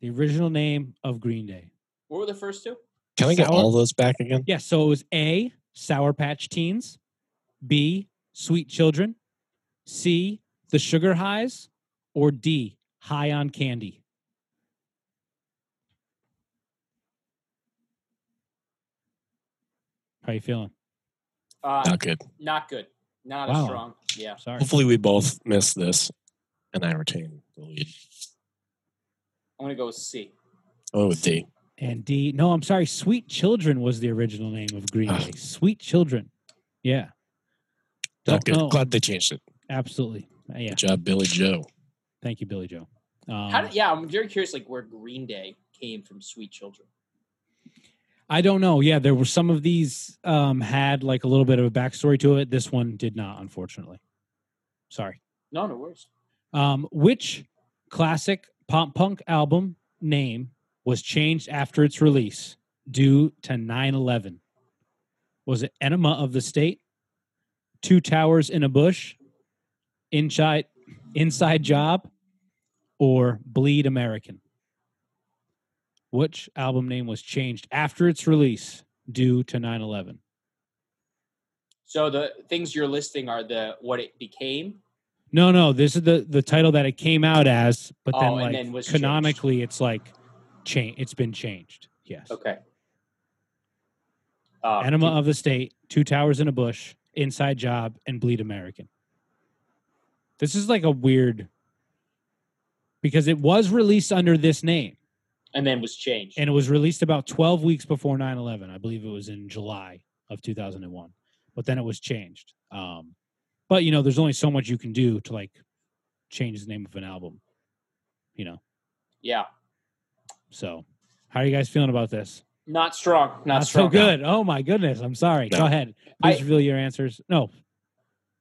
[SPEAKER 3] The original name of Green Day.
[SPEAKER 2] What were the first two?
[SPEAKER 4] Can I get
[SPEAKER 3] Sour-
[SPEAKER 4] all those back again?
[SPEAKER 3] Yeah, so it was A, Sour Patch Teens, B, Sweet Children, C, The Sugar Highs, or D, High on Candy. How you feeling?
[SPEAKER 2] Uh
[SPEAKER 4] Not good.
[SPEAKER 2] not good. Not
[SPEAKER 3] Wow.
[SPEAKER 2] as strong. Yeah.
[SPEAKER 3] Sorry.
[SPEAKER 4] Hopefully, we both miss this, and I retain the lead.
[SPEAKER 2] I'm gonna go with C.
[SPEAKER 4] Oh, with D.
[SPEAKER 3] And D, no, I'm sorry. Sweet Children was the original name of Green
[SPEAKER 4] Ah.
[SPEAKER 3] Day. Sweet Children. Yeah, Don't
[SPEAKER 4] Not good.
[SPEAKER 3] know.
[SPEAKER 4] Glad they changed it.
[SPEAKER 3] absolutely. Uh, Yeah.
[SPEAKER 4] Good job, Billy Joe.
[SPEAKER 3] Thank you, Billy Joe. Um,
[SPEAKER 2] How did, yeah, I'm very curious like where Green Day came from Sweet Children.
[SPEAKER 3] I don't know. Yeah, there were some of these um, had like a little bit of a backstory to it. This one did not, unfortunately. Sorry.
[SPEAKER 2] No, no worries.
[SPEAKER 3] Um, which classic pop punk album name was changed after its release due to 9 11? Was it Enema of the State, Two Towers in a Bush, Inside, Inside Job, or Bleed American? Which album name was changed after its release due to 9 11?
[SPEAKER 2] So the things you're listing are the what it became.
[SPEAKER 3] No, no, this is the the title that it came out as, but then
[SPEAKER 2] Oh, and
[SPEAKER 3] like
[SPEAKER 2] then was changed.
[SPEAKER 3] canonically, it's like change. It's been changed. Yes.
[SPEAKER 2] Okay. Uh,
[SPEAKER 3] Enema of the State, Two Towers in a Bush, Inside Job, and Bleed American. This is like a weird because it was released under this name
[SPEAKER 2] and then was changed.
[SPEAKER 3] and it was released about 12 weeks before 9-11 i believe it was in july of 2001 but then it was changed um, but you know there's only so much you can do to like change the name of an album you know
[SPEAKER 2] yeah,
[SPEAKER 3] So, how are you guys feeling about this?
[SPEAKER 2] not strong. Not,
[SPEAKER 3] Not
[SPEAKER 2] strong.
[SPEAKER 3] so good. Oh my goodness. I'm sorry. Go
[SPEAKER 4] No.
[SPEAKER 3] ahead.
[SPEAKER 2] I-
[SPEAKER 3] Please reveal your answers. No.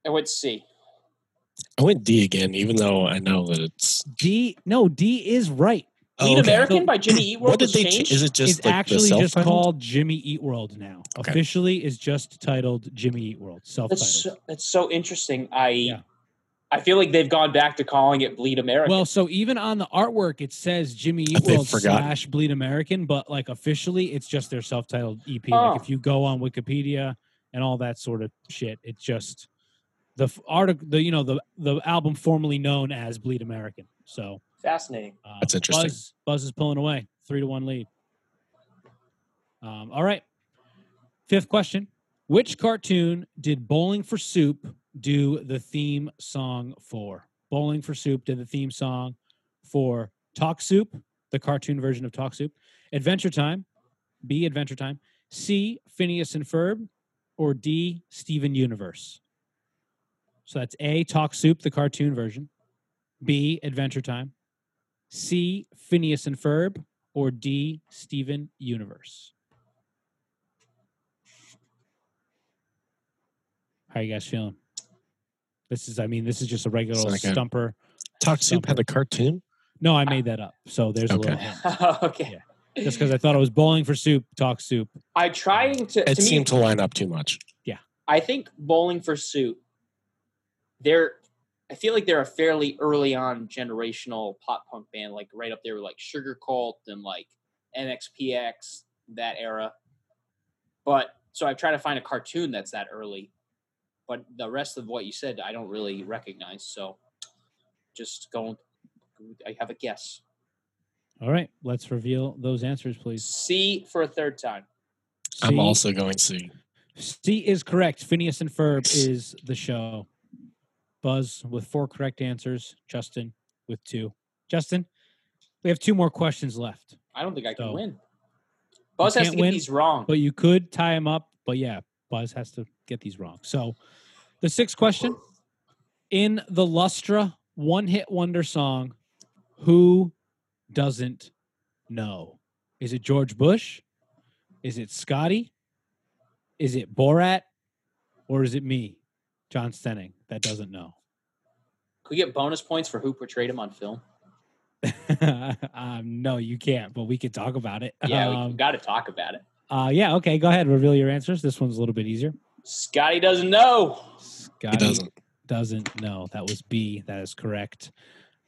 [SPEAKER 2] I went C.
[SPEAKER 4] I went D again, even though I know that it's.
[SPEAKER 3] D no, D is right.
[SPEAKER 4] Oh,
[SPEAKER 2] Lead
[SPEAKER 4] okay.
[SPEAKER 2] American by Jimmy Eat World
[SPEAKER 4] What did
[SPEAKER 2] was
[SPEAKER 4] they change?
[SPEAKER 2] changed.
[SPEAKER 4] Is it just
[SPEAKER 3] it's
[SPEAKER 4] like the
[SPEAKER 3] actually
[SPEAKER 4] self
[SPEAKER 3] just called Jimmy Eat World now.
[SPEAKER 4] Okay.
[SPEAKER 3] Officially is just titled Jimmy Eat World. Self-titled.
[SPEAKER 2] that's so, that's so interesting. I
[SPEAKER 3] Yeah.
[SPEAKER 2] I feel like they've gone back to calling it Bleed America.
[SPEAKER 3] Well, so even on the artwork it says Jimmy Eat
[SPEAKER 4] they've
[SPEAKER 3] World
[SPEAKER 4] forgotten.
[SPEAKER 3] slash Bleed American, but like officially it's just their self-titled EP.
[SPEAKER 2] Oh.
[SPEAKER 3] Like if you go on Wikipedia and all that sort of shit, it's just the article, the you know the the album formerly known as Bleed American. So
[SPEAKER 2] Fascinating.
[SPEAKER 3] Um,
[SPEAKER 4] That's interesting.
[SPEAKER 3] Buzz, Buzz is pulling away, three to one lead. Um, all right. Fifth question: Which cartoon did Bowling for Soup do the theme song for? Bowling for Soup did the theme song for Talk Soup, the cartoon version of Talk Soup. Adventure Time, B. Adventure Time, C. Phineas and Ferb, or D. Steven Universe. So that's A. Talk Soup, the cartoon version. B. Adventure Time. C. Phineas and Ferb, or D. Steven Universe? How you guys feeling? This is, I mean, this is just a regular
[SPEAKER 4] It's
[SPEAKER 3] old
[SPEAKER 4] like a-
[SPEAKER 3] stumper.
[SPEAKER 4] Talk Soup had a cartoon?
[SPEAKER 3] No, I made that up. So there's a little
[SPEAKER 4] Okay.
[SPEAKER 3] hint.
[SPEAKER 2] okay.
[SPEAKER 3] Just because I thought it was bowling for soup, talk soup.
[SPEAKER 2] I'm trying to.
[SPEAKER 4] It
[SPEAKER 2] to me,
[SPEAKER 4] seemed to line up too much.
[SPEAKER 2] I think Bowling for Soup, they're I feel like they're a fairly early on generational pop punk band, like right up there with like Sugar Cult and like MXPX, that era. But so I try to find a cartoon that's that early. But the rest of what you said I don't really recognize. So just going I have a guess.
[SPEAKER 3] All right, let's reveal those answers, please.
[SPEAKER 2] C for a third time.
[SPEAKER 4] I'm
[SPEAKER 3] C-
[SPEAKER 4] also going C.
[SPEAKER 3] C is correct. Phineas and Ferb is the show. Buzz with four correct answers. Justin with two. Justin, we have two more questions left,
[SPEAKER 2] I don't think I can
[SPEAKER 3] So,
[SPEAKER 2] win. Buzz has
[SPEAKER 3] can't
[SPEAKER 2] to get
[SPEAKER 3] win,
[SPEAKER 2] these wrong.
[SPEAKER 3] but you could tie them up. But yeah, Buzz has to get these wrong. So the sixth question in the Lustra one hit wonder song, who doesn't know? Is it George Bush? Is it Scotty? Is it Borat? Or is it me, John Stenning, that doesn't know?
[SPEAKER 2] Could we get bonus points for who portrayed him on film?
[SPEAKER 3] um, no, you can't, but we could talk about it.
[SPEAKER 2] Yeah, we
[SPEAKER 3] Um,
[SPEAKER 2] got to talk about it.
[SPEAKER 3] uh, yeah, okay, go ahead, reveal your answers. This one's a little bit easier.
[SPEAKER 2] Scotty doesn't know.
[SPEAKER 4] He
[SPEAKER 3] Scotty
[SPEAKER 4] doesn't.
[SPEAKER 3] doesn't know. That was B. That is correct.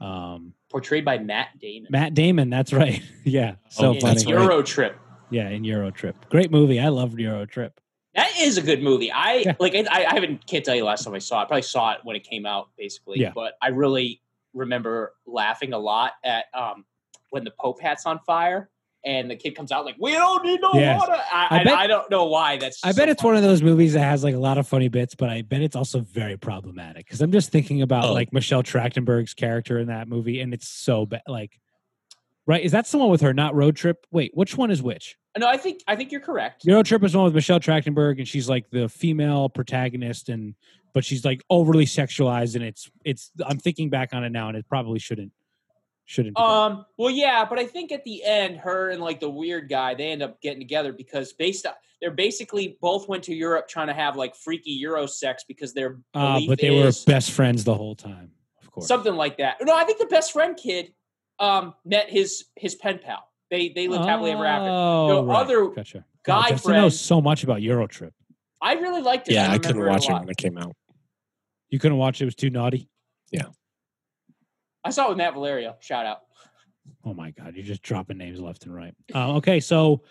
[SPEAKER 3] Um,
[SPEAKER 2] Portrayed by Matt Damon.
[SPEAKER 3] Matt Damon, that's right. yeah, so
[SPEAKER 4] Oh,
[SPEAKER 2] in
[SPEAKER 3] funny.
[SPEAKER 4] that's right.
[SPEAKER 2] Euro Trip.
[SPEAKER 3] Yeah, in Euro Trip. Great movie. I loved Euro Trip.
[SPEAKER 2] That is a good movie. I
[SPEAKER 3] Yeah.
[SPEAKER 2] like. I, I haven't can't tell you last time I saw it. I probably saw it when it came out, basically.
[SPEAKER 3] Yeah.
[SPEAKER 2] But I really remember laughing a lot at um, when the Pope hat's on fire and the kid comes out like, "We don't need no
[SPEAKER 3] Yes.
[SPEAKER 2] water." I,
[SPEAKER 3] I
[SPEAKER 2] I,
[SPEAKER 3] bet-
[SPEAKER 2] I don't know why. That's
[SPEAKER 3] I
[SPEAKER 2] so
[SPEAKER 3] bet it's
[SPEAKER 2] funny.
[SPEAKER 3] one of those movies that has like a lot of funny bits, but I bet it's also very problematic because I'm just thinking about
[SPEAKER 4] Oh.
[SPEAKER 3] like Michelle Trachtenberg's character in that movie, and it's so bad. Like, right? Is that someone with her? Not Road Trip. Wait, which one is which?
[SPEAKER 2] No, I think I think you're correct.
[SPEAKER 3] Euro Trip is one with Michelle Trachtenberg, and she's like the female protagonist, and but she's like overly sexualized, and it's it's. I'm thinking back on it now, and it probably shouldn't shouldn't. Be that.
[SPEAKER 2] Um. Well, yeah, but I think at the end, her and like the weird guy, they end up getting together because based on they're basically both went to Europe trying to have like freaky Euro sex because their
[SPEAKER 3] Uh,
[SPEAKER 2] belief
[SPEAKER 3] but they were
[SPEAKER 2] is-
[SPEAKER 3] best friends the whole time, of course.
[SPEAKER 2] something like that. No, I think the best friend kid um, met his his pen pal. They they lived happily ever
[SPEAKER 4] Ah.
[SPEAKER 2] after.
[SPEAKER 3] Oh,
[SPEAKER 2] No,
[SPEAKER 3] right.
[SPEAKER 2] other
[SPEAKER 3] gotcha.
[SPEAKER 2] guy
[SPEAKER 3] God, Justin knows
[SPEAKER 2] friend-
[SPEAKER 3] so much about Eurotrip.
[SPEAKER 2] I really liked it.
[SPEAKER 4] Yeah, I, couldn't
[SPEAKER 2] remember
[SPEAKER 4] watch
[SPEAKER 2] a
[SPEAKER 4] it
[SPEAKER 2] lot.
[SPEAKER 4] when it came out.
[SPEAKER 3] You couldn't watch it; it was too naughty.
[SPEAKER 2] I saw it with Matt Valerio. Shout out.
[SPEAKER 3] Oh my God, you're just dropping names left and right. Uh, okay, so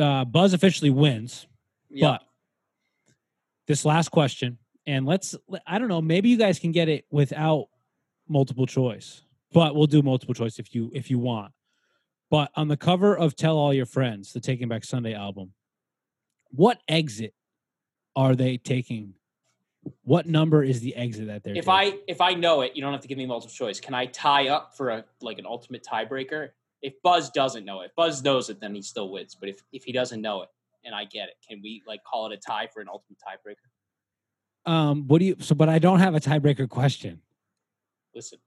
[SPEAKER 3] uh, Buzz officially wins.
[SPEAKER 2] Yeah.
[SPEAKER 3] But this last question, and let's, I don't know, maybe you guys can get it without multiple choice, but we'll do multiple choice if you, if you want. But on the cover of Tell All Your Friends, the Taking Back Sunday album, what exit are they taking? What number is the exit that they're
[SPEAKER 2] if
[SPEAKER 3] taking?
[SPEAKER 2] I if I know it, you don't have to give me multiple choice. Can I tie up for a like an ultimate tiebreaker? If Buzz doesn't know it, if Buzz knows it, then he still wins. But if if he doesn't know it and I get it, can we like call it a tie for an ultimate tiebreaker?
[SPEAKER 3] um, what do you, so, but I don't have a tiebreaker question.
[SPEAKER 2] Listen,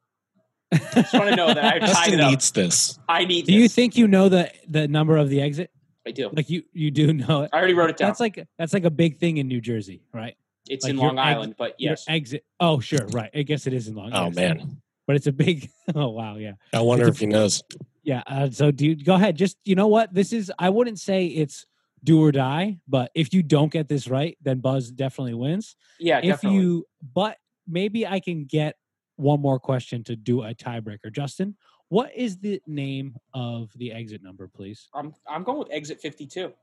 [SPEAKER 2] just want to know that I tied
[SPEAKER 4] Justin
[SPEAKER 2] it up.
[SPEAKER 4] needs this.
[SPEAKER 2] I need.
[SPEAKER 3] do you
[SPEAKER 2] this.
[SPEAKER 3] think you know the, the number of the exit?
[SPEAKER 2] I do?
[SPEAKER 3] Like you, you do know it.
[SPEAKER 2] I already wrote it down.
[SPEAKER 3] That's like that's like a big thing in New Jersey, right?
[SPEAKER 2] it's
[SPEAKER 3] like
[SPEAKER 2] in
[SPEAKER 3] your
[SPEAKER 2] Long
[SPEAKER 3] ex-
[SPEAKER 2] Island, but
[SPEAKER 3] Your
[SPEAKER 2] yes,
[SPEAKER 3] exit. Oh, sure. Right. I guess it is in Long
[SPEAKER 4] Oh
[SPEAKER 3] Island.
[SPEAKER 4] man,
[SPEAKER 3] But it's a big. Oh wow. Yeah.
[SPEAKER 4] I wonder
[SPEAKER 3] It's a-
[SPEAKER 4] if he knows.
[SPEAKER 3] Yeah. Uh, so do you, go ahead. Just you know what this is. I wouldn't say it's do or die, but if you don't get this right, then Buzz definitely wins.
[SPEAKER 2] yeah,
[SPEAKER 3] if
[SPEAKER 2] definitely.
[SPEAKER 3] you, but maybe I can get one more question to do a tiebreaker. Justin, what is the name of the exit number, please?
[SPEAKER 2] I'm I'm going with exit 52.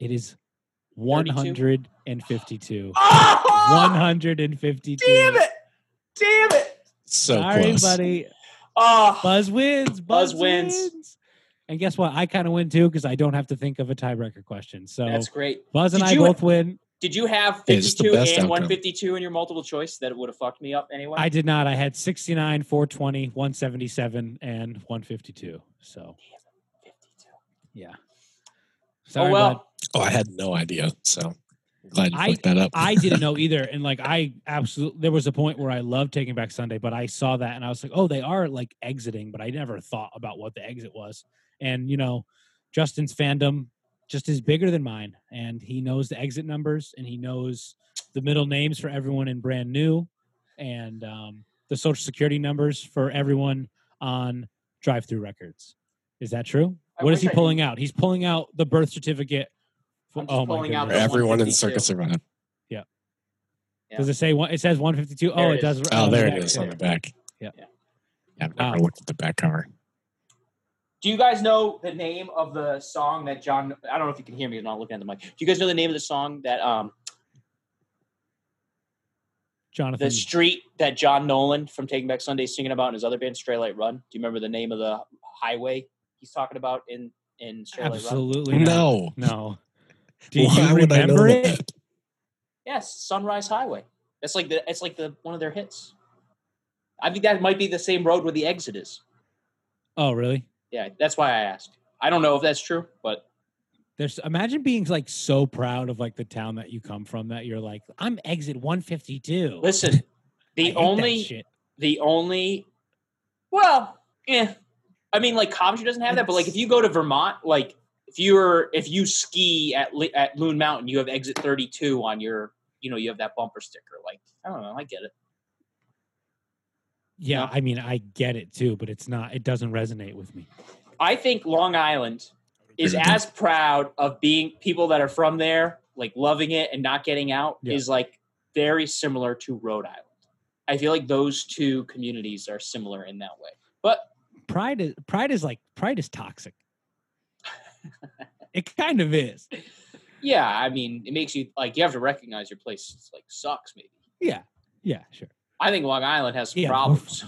[SPEAKER 3] It is
[SPEAKER 2] 32?
[SPEAKER 3] 152.
[SPEAKER 2] Oh,
[SPEAKER 3] 152.
[SPEAKER 2] it! Damn it!
[SPEAKER 4] So
[SPEAKER 3] Sorry,
[SPEAKER 4] close.
[SPEAKER 3] budty.
[SPEAKER 2] Oh,
[SPEAKER 3] Buzz wins. Buzz,
[SPEAKER 2] Buzz
[SPEAKER 3] wins.
[SPEAKER 2] wins.
[SPEAKER 3] And guess what? I kind of win too because I don't have to think of a tiebreaker question. So
[SPEAKER 2] that's great.
[SPEAKER 3] Buzz and
[SPEAKER 2] Did
[SPEAKER 3] I
[SPEAKER 2] you-
[SPEAKER 3] both win.
[SPEAKER 2] Did you have
[SPEAKER 4] Hey, this is the
[SPEAKER 2] 52
[SPEAKER 4] best
[SPEAKER 2] and
[SPEAKER 4] outcome.
[SPEAKER 2] 152 in your multiple choice that would have fucked me up anyway?
[SPEAKER 3] I did not. I had 69, 420, 177, and 152. So
[SPEAKER 2] 52.
[SPEAKER 3] yeah. Sorry,
[SPEAKER 2] Oh
[SPEAKER 3] bud.
[SPEAKER 2] well,
[SPEAKER 4] Oh, I had no idea. So I'm glad you picked that up.
[SPEAKER 3] I didn't know either. And like I absolutely there was a point where I loved taking back Sunday, but I saw that and I was like, oh, they are like exiting, but I never thought about what the exit was. And you know, Justin's fandom just is bigger than mine. And he knows the exit numbers and he knows the middle names for everyone in brand new and um, the social security numbers for everyone on drive through records. Is that true?
[SPEAKER 2] I
[SPEAKER 3] what is
[SPEAKER 2] wish
[SPEAKER 3] he
[SPEAKER 2] I knew.
[SPEAKER 3] pulling out? He's pulling out the birth certificate. For, oh
[SPEAKER 2] I'm just pulling out the
[SPEAKER 3] goodness.
[SPEAKER 4] Everyone in
[SPEAKER 2] 152.
[SPEAKER 4] Circuit Survived.
[SPEAKER 2] Yeah.
[SPEAKER 3] Does it say one? It says 152.
[SPEAKER 2] There
[SPEAKER 3] oh,
[SPEAKER 2] it
[SPEAKER 3] it does.
[SPEAKER 4] Oh,
[SPEAKER 3] on the
[SPEAKER 4] there it
[SPEAKER 3] back
[SPEAKER 4] is
[SPEAKER 3] there.
[SPEAKER 4] on the back.
[SPEAKER 3] Yeah.
[SPEAKER 2] Yeah.
[SPEAKER 4] Yeah, I've never
[SPEAKER 3] Wow.
[SPEAKER 4] looked at the back cover.
[SPEAKER 2] do you guys know the name of the song that John? I don't know if you can hear me. I'm not looking at the mic. Do you guys know the name of the song that um
[SPEAKER 3] Jonathan.
[SPEAKER 2] the street that John Nolan from Taking Back Sunday is singing about in his other band, Stray Light Run. Do you remember the name of the highway he's talking about in in Stray Light Run?
[SPEAKER 3] absolutely not.
[SPEAKER 4] No.
[SPEAKER 3] No. Do you
[SPEAKER 4] Why would I know
[SPEAKER 3] remember it?
[SPEAKER 4] that?
[SPEAKER 2] Yes, Sunrise Highway. That's like the it's like the one of their hits. I think that might be the same road where the exit is.
[SPEAKER 3] Oh, really?
[SPEAKER 2] Yeah, that's why I asked. I don't know if that's true, but
[SPEAKER 3] There's imagine being like so proud of like the town that you come from that you're like, I'm exit 152.
[SPEAKER 2] listen,
[SPEAKER 3] I hate
[SPEAKER 2] the
[SPEAKER 3] that
[SPEAKER 2] only
[SPEAKER 3] shit.
[SPEAKER 2] the only well, eh. I mean like Coventry doesn't have that, but like if you go to Vermont, like if you're if you ski at Li- at Loon Mountain, you have exit 32 on your, you know, you have that bumper sticker like I don't know, I get it.
[SPEAKER 3] Yeah,
[SPEAKER 2] No.
[SPEAKER 3] I mean, I get it too, but it's not. It doesn't resonate with me.
[SPEAKER 2] I think Long Island is
[SPEAKER 4] Agree with
[SPEAKER 2] as proud of being people that are from there, like loving it and not getting out,
[SPEAKER 3] Yeah.
[SPEAKER 2] is like very similar to Rhode Island. I feel like those two communities are similar in that way. But
[SPEAKER 3] Pride is pride is like pride is toxic. it kind of is.
[SPEAKER 2] yeah, I mean, it makes you like you have to recognize your place like sucks. Maybe
[SPEAKER 3] Yeah, yeah, sure.
[SPEAKER 2] I think Long Island has some
[SPEAKER 3] Yeah, more
[SPEAKER 2] problems,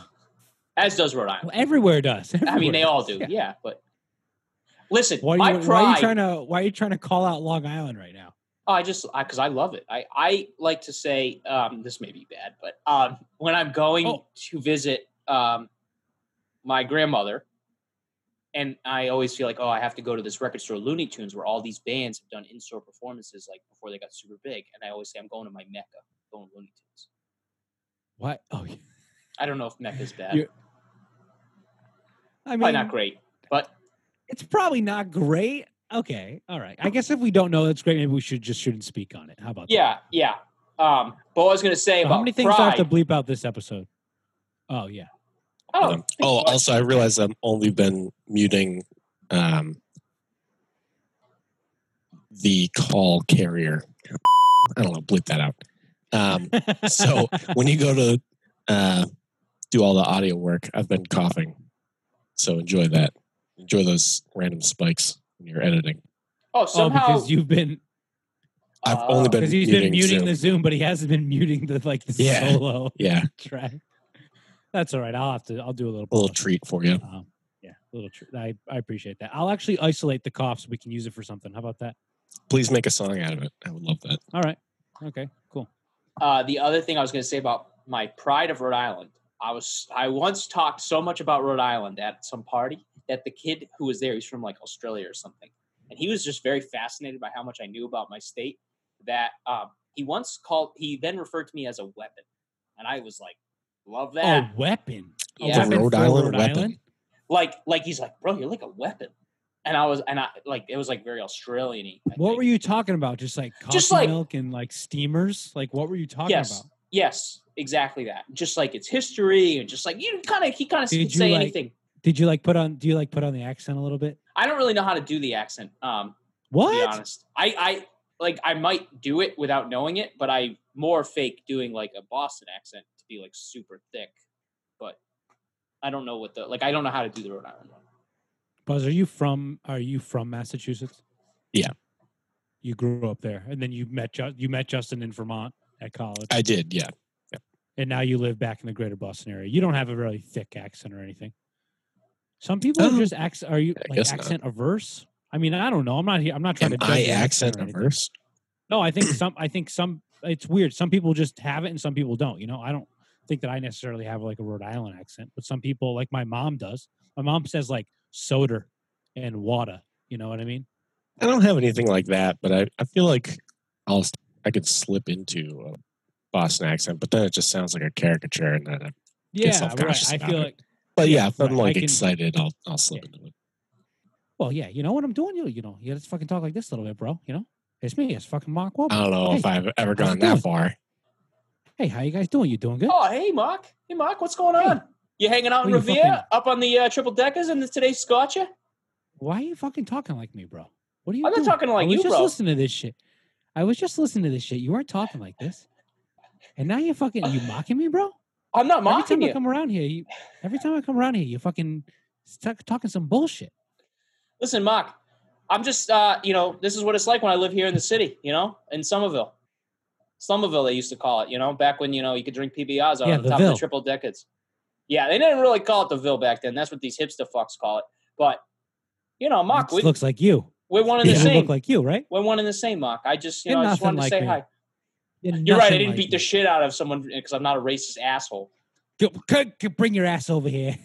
[SPEAKER 2] as does Rhode Island.
[SPEAKER 3] Well, everywhere does.
[SPEAKER 2] I mean,
[SPEAKER 3] everywhere
[SPEAKER 2] they all do.
[SPEAKER 3] does. Yeah.
[SPEAKER 2] Yeah, but listen,
[SPEAKER 3] Why,
[SPEAKER 2] my
[SPEAKER 3] are you,
[SPEAKER 2] pride.
[SPEAKER 3] why are you trying to why are you trying to call out Long Island right now?
[SPEAKER 2] Oh, I just because I, love it. I I like to say um, this may be bad, but um, when I'm going
[SPEAKER 3] Oh.
[SPEAKER 2] to visit um, my grandmother, and I always feel like oh I have to go to this record store, Looney Tunes, where all these bands have done in-store performances like before they got super big, and I always say I'm going to my mecca, going to Looney Tunes.
[SPEAKER 3] Why? Oh, yeah.
[SPEAKER 2] I don't know if mecca's bad,
[SPEAKER 3] You're- I mean,
[SPEAKER 2] probably not great, but
[SPEAKER 3] it's probably not great. Okay, all right. I guess if we don't know, that's great. Maybe we should just shouldn't speak on it. How about that?
[SPEAKER 2] yeah, yeah. Um, but what I was gonna say
[SPEAKER 3] So
[SPEAKER 2] about
[SPEAKER 3] how many things do I
[SPEAKER 2] pride,
[SPEAKER 3] have to bleep out this episode? Oh yeah.
[SPEAKER 2] I don't
[SPEAKER 4] Um,
[SPEAKER 2] think
[SPEAKER 4] oh,
[SPEAKER 2] so.
[SPEAKER 4] also, I realize I've only been muting um, the call carrier. I don't know, bleep that out. Um, so when you go to uh, do all the audio work, I've been coughing. So enjoy that. Enjoy those random spikes when you're editing.
[SPEAKER 2] oh
[SPEAKER 3] oh,
[SPEAKER 2] somehow
[SPEAKER 3] because you've been
[SPEAKER 4] I've
[SPEAKER 2] Oh.
[SPEAKER 4] only been
[SPEAKER 3] because he's
[SPEAKER 4] muting,
[SPEAKER 3] Ah, been muting
[SPEAKER 4] Zoom.
[SPEAKER 3] the Zoom, but he hasn't been muting the like the
[SPEAKER 4] Yeah.
[SPEAKER 3] solo
[SPEAKER 4] Yeah,
[SPEAKER 3] track. That's all right. I'll have to. I'll do a little.
[SPEAKER 4] a little
[SPEAKER 3] pause.
[SPEAKER 4] treat for you.
[SPEAKER 3] Um, yeah, a little. Tr- I I appreciate that. I'll actually isolate the coughs. we can use it for something. How about that?
[SPEAKER 4] Please make a song out of it. I would love that.
[SPEAKER 3] All right. Okay. Cool.
[SPEAKER 2] Uh, the other thing I was going to say about my pride of Rhode Island, I was I once talked so much about Rhode Island at some party that the kid who was there, he's from like Australia or something, and he was just very fascinated by how much I knew about my state. That um, he once called, he then referred to me as a weapon, and I was like, love that,
[SPEAKER 3] A weapon. A
[SPEAKER 2] Yeah.
[SPEAKER 3] weapon
[SPEAKER 4] Rhode
[SPEAKER 3] for
[SPEAKER 4] Island weapon.
[SPEAKER 2] like like he's like, bro, you're like a weapon, and I was and I like it was like very Australian.
[SPEAKER 3] What were you talking about? Just like coffee
[SPEAKER 2] Just like-
[SPEAKER 3] milk and like steamers. Like what were you talking
[SPEAKER 2] Yes.
[SPEAKER 3] about?
[SPEAKER 2] Yes, exactly that. Just like its history, and just like you kind of he kind of
[SPEAKER 3] Did
[SPEAKER 2] could
[SPEAKER 3] you,
[SPEAKER 2] say
[SPEAKER 3] like-
[SPEAKER 2] anything.
[SPEAKER 3] Did you like put on? Do you like put on the accent a little bit?
[SPEAKER 2] I don't really know how to do the accent. Um,
[SPEAKER 3] What?
[SPEAKER 2] To be honest, I, I like I might do it without knowing it, but I more fake doing like a Boston accent to be like super thick. But I don't know what the like I don't know how to do the Rhode Island one.
[SPEAKER 3] Buzz, are you from? Are you from Massachusetts?
[SPEAKER 4] Yeah.
[SPEAKER 3] You grew up there, and then you met Ju- you met Justin in Vermont at college,
[SPEAKER 4] I did, yeah.
[SPEAKER 3] and now you live back in the Greater Boston area. You don't have a really thick accent or anything. Some people are
[SPEAKER 4] Um,
[SPEAKER 3] just accent. Are you
[SPEAKER 4] I
[SPEAKER 3] like
[SPEAKER 4] guess not.
[SPEAKER 3] accent averse? I mean, I don't know. I'm not here. I'm not trying
[SPEAKER 4] Am
[SPEAKER 3] to. judge
[SPEAKER 4] I
[SPEAKER 3] your
[SPEAKER 4] accent
[SPEAKER 3] or anything.
[SPEAKER 4] averse?
[SPEAKER 3] No, I think some. I think some. It's weird. Some people just have it, and some people don't. You know, I don't think that I necessarily have like a Rhode Island accent, but some people, like my mom, does. My mom says like soda and water. You know what I mean?
[SPEAKER 4] I don't have anything like that, but I, I feel like I'll s- I could slip into a Boston accent, but then it just sounds like a caricature, and then I,
[SPEAKER 3] Yeah,
[SPEAKER 4] self-conscious
[SPEAKER 3] right. I
[SPEAKER 4] about
[SPEAKER 3] feel
[SPEAKER 4] it.
[SPEAKER 3] like.
[SPEAKER 4] but
[SPEAKER 3] Yeah,
[SPEAKER 4] yeah, if I'm
[SPEAKER 3] right, I
[SPEAKER 4] like
[SPEAKER 3] can-
[SPEAKER 4] excited, I'll I'll slip into it.
[SPEAKER 3] Well, yeah, you know what I'm doing. You, you know, you gotta fucking talk like this a little bit, bro. You know, it's me. It's fucking Mark Wahlberg.
[SPEAKER 4] I don't know if I've ever
[SPEAKER 3] how's it
[SPEAKER 4] gone that
[SPEAKER 3] going?
[SPEAKER 4] far.
[SPEAKER 3] hey, how you guys doing? You doing good?
[SPEAKER 2] Oh, hey Mark, hey Mark, what's going
[SPEAKER 3] Hey.
[SPEAKER 2] on? You hanging out in
[SPEAKER 3] What are you
[SPEAKER 2] Revere
[SPEAKER 3] fucking-
[SPEAKER 2] up on the uh, triple deckers and today's Scorcher?
[SPEAKER 3] Why are you fucking talking like me, bro? What are you?
[SPEAKER 2] I'm not
[SPEAKER 3] doing?
[SPEAKER 2] talking like
[SPEAKER 3] I was
[SPEAKER 2] you,
[SPEAKER 3] just
[SPEAKER 2] bro.
[SPEAKER 3] listening to this shit. I was just listening to this shit. You weren't talking like this, and now you're fucking. You mocking me, bro?
[SPEAKER 2] I'm not
[SPEAKER 3] every
[SPEAKER 2] mocking
[SPEAKER 3] time I
[SPEAKER 2] you.
[SPEAKER 3] come around here, you every time I come around here, you fucking stuck talking some bullshit.
[SPEAKER 2] Listen, Mark, I'm just uh, you know this is what it's like when I live here in the city, you know, in Somerville. Slumberville, they used to call it, you know, back when, you know, you could drink PBRs out on
[SPEAKER 3] Yeah, the
[SPEAKER 2] the top of
[SPEAKER 3] Ville.
[SPEAKER 2] the triple decades. Yeah, they didn't really call it the Ville back then. That's what these hipster fucks call it. But, you know, Mark,
[SPEAKER 3] This
[SPEAKER 2] we,
[SPEAKER 3] looks like you.
[SPEAKER 2] we're one and the
[SPEAKER 3] People
[SPEAKER 2] same.
[SPEAKER 3] look like you, right?
[SPEAKER 2] we're one and the same, Mark. I just, you
[SPEAKER 3] You're
[SPEAKER 2] know, I just
[SPEAKER 3] nothing
[SPEAKER 2] wanted
[SPEAKER 3] like
[SPEAKER 2] to say
[SPEAKER 3] me.
[SPEAKER 2] hi.
[SPEAKER 3] You're
[SPEAKER 2] You're right. I
[SPEAKER 3] nothing
[SPEAKER 2] didn't
[SPEAKER 3] like
[SPEAKER 2] beat
[SPEAKER 3] me.
[SPEAKER 2] the shit out of someone because I'm not a racist asshole.
[SPEAKER 3] Go- c- c- Bring your ass over here.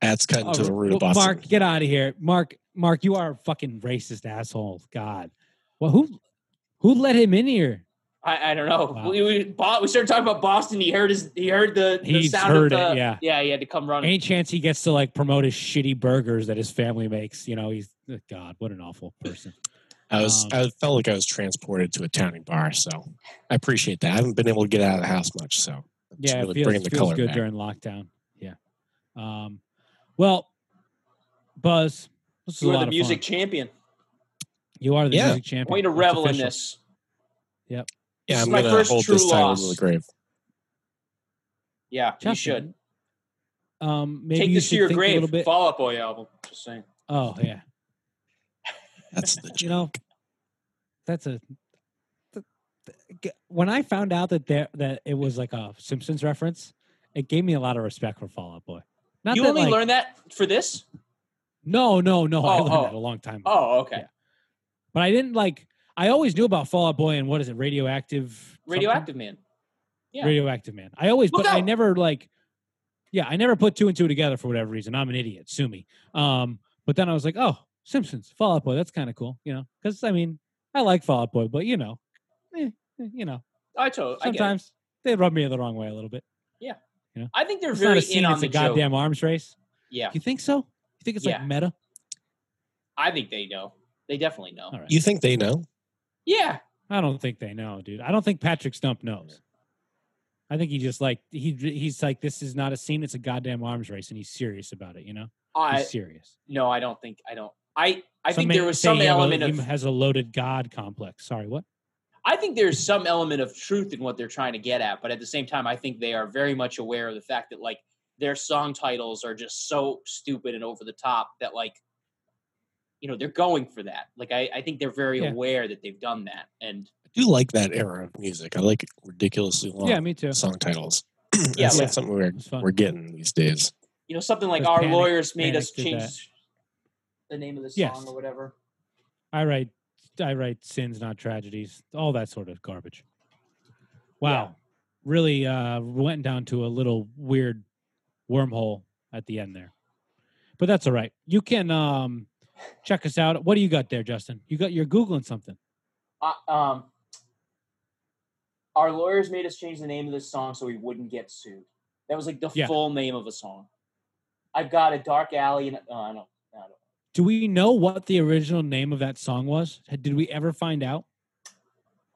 [SPEAKER 4] That's cutting to
[SPEAKER 3] Oh,
[SPEAKER 4] the root of
[SPEAKER 3] well,
[SPEAKER 4] Boston.
[SPEAKER 3] Mark, get out of here. Mark, Mark, you are a fucking racist asshole. God. Well, who who let him in here?
[SPEAKER 2] I, I don't know.
[SPEAKER 3] Wow.
[SPEAKER 2] We, we, Bo- we started talking about Boston. He heard his. He heard the. the
[SPEAKER 3] He's
[SPEAKER 2] sound
[SPEAKER 3] heard it,
[SPEAKER 2] of the,
[SPEAKER 3] yeah.
[SPEAKER 2] Yeah. He had to come running.
[SPEAKER 3] Any chance he gets to like promote his shitty burgers that his family makes? You know, he's ugh, God, what an awful person.
[SPEAKER 4] I was
[SPEAKER 3] um,
[SPEAKER 4] I felt like I was transported to a towny bar, so I appreciate that. I haven't been able to get out of the house much, so it's
[SPEAKER 3] Yeah,
[SPEAKER 4] really
[SPEAKER 3] it feels,
[SPEAKER 4] bringing the
[SPEAKER 3] feels
[SPEAKER 4] color
[SPEAKER 3] good
[SPEAKER 4] back.
[SPEAKER 3] during lockdown. Yeah. Um, well, Buzz, this is a
[SPEAKER 2] you
[SPEAKER 3] lot
[SPEAKER 2] are the
[SPEAKER 3] of
[SPEAKER 2] music
[SPEAKER 3] fun.
[SPEAKER 2] champion.
[SPEAKER 3] You are the
[SPEAKER 4] Yeah.
[SPEAKER 3] music champion.
[SPEAKER 2] I want you to
[SPEAKER 3] It's
[SPEAKER 2] revel in
[SPEAKER 3] official.
[SPEAKER 2] this.
[SPEAKER 4] yeah,
[SPEAKER 2] This
[SPEAKER 4] I'm
[SPEAKER 2] is my
[SPEAKER 4] gonna
[SPEAKER 2] first
[SPEAKER 4] hold
[SPEAKER 2] true
[SPEAKER 4] this title
[SPEAKER 2] loss.
[SPEAKER 4] to the grave.
[SPEAKER 2] Yeah, you
[SPEAKER 3] Justin,
[SPEAKER 2] should
[SPEAKER 3] Um, maybe
[SPEAKER 2] take
[SPEAKER 3] you
[SPEAKER 2] this
[SPEAKER 3] should
[SPEAKER 2] to your
[SPEAKER 3] think a little
[SPEAKER 2] grave.
[SPEAKER 3] bit.
[SPEAKER 2] Fall Out Boy album. Just saying.
[SPEAKER 3] Oh yeah,
[SPEAKER 4] That's the
[SPEAKER 3] you know, that's a. th- th- g- When I found out that there that it was like a Simpsons reference, it gave me a lot of respect for Fallout Boy. Not
[SPEAKER 2] you
[SPEAKER 3] that,
[SPEAKER 2] only
[SPEAKER 3] like-
[SPEAKER 2] learned that for this?
[SPEAKER 3] No, no, no. I
[SPEAKER 2] Oh,
[SPEAKER 3] learned
[SPEAKER 2] oh.
[SPEAKER 3] that a long time. ago.
[SPEAKER 2] Oh, okay.
[SPEAKER 3] Yeah. But I didn't like. I always knew about Fallout Boy and what is it, Radioactive? something?
[SPEAKER 2] Radioactive Man. Yeah.
[SPEAKER 3] Radioactive Man. I always,
[SPEAKER 2] Look
[SPEAKER 3] but I
[SPEAKER 2] out.
[SPEAKER 3] never like. Yeah, I never put two and two together for whatever reason. I'm an idiot. Sue me. Um, but then I was like, oh, Simpsons, Fallout Boy. That's kind of cool, you know. Because I mean, I like Fallout Boy, but you know, eh, eh, you know,
[SPEAKER 2] I told. I, get it.
[SPEAKER 3] sometimes they rub me the wrong way a little bit.
[SPEAKER 2] I think they're
[SPEAKER 3] It's not
[SPEAKER 2] very
[SPEAKER 3] a scene.
[SPEAKER 2] in on
[SPEAKER 3] It's
[SPEAKER 2] the
[SPEAKER 3] a goddamn
[SPEAKER 2] joke.
[SPEAKER 3] arms race.
[SPEAKER 2] Yeah,
[SPEAKER 3] You think so? You think it's
[SPEAKER 2] Yeah.
[SPEAKER 3] like meta?
[SPEAKER 2] I think they know. They definitely know.
[SPEAKER 3] All right.
[SPEAKER 4] You think they know?
[SPEAKER 2] Yeah,
[SPEAKER 3] I don't think they know, dude. I don't think Patrick Stump knows. I think he just like he he's like this is not a scene. It's a goddamn arms race, and he's serious about it. You know, he's
[SPEAKER 2] I
[SPEAKER 3] serious.
[SPEAKER 2] no, I don't think I don't. I I
[SPEAKER 3] Some
[SPEAKER 2] think
[SPEAKER 3] may
[SPEAKER 2] there was
[SPEAKER 3] say
[SPEAKER 2] some
[SPEAKER 3] he have a-
[SPEAKER 2] element
[SPEAKER 3] he
[SPEAKER 2] of
[SPEAKER 3] has a loaded god complex. Sorry, what?
[SPEAKER 2] I think there's some element of truth in what they're trying to get at, but at the same time, I think they are very much aware of the fact that like their song titles are just so stupid and over the top that like you know they're going for that. Like I, I think they're very
[SPEAKER 3] Yeah.
[SPEAKER 2] aware that they've done that, and
[SPEAKER 4] I do like that era of music. I like ridiculously long
[SPEAKER 3] Yeah, me too.
[SPEAKER 4] song titles.
[SPEAKER 2] Yeah,
[SPEAKER 4] That's
[SPEAKER 3] like-
[SPEAKER 4] not something we're
[SPEAKER 3] It's fun.
[SPEAKER 4] we're getting these days.
[SPEAKER 2] you know something like
[SPEAKER 3] Like
[SPEAKER 2] our
[SPEAKER 3] Panic-
[SPEAKER 2] lawyers made us
[SPEAKER 3] Panic did
[SPEAKER 2] change
[SPEAKER 3] that.
[SPEAKER 2] the name of the song
[SPEAKER 3] Yes.
[SPEAKER 2] or whatever.
[SPEAKER 3] I write I write sins, not tragedies. All that sort of garbage. Wow, really uh, went down to a little weird wormhole at the end there, but that's all right. You can um, check us out. What do you got there, Justin? You got you're googling something.
[SPEAKER 2] uh, um, our lawyers made us change the name of this song so we wouldn't get sued. That was like the
[SPEAKER 3] Yeah.
[SPEAKER 2] full name of a song. I've got a dark alley, and oh, I don't, I don't.
[SPEAKER 3] Do we know what the original name of that song was? Had- Did we ever find out?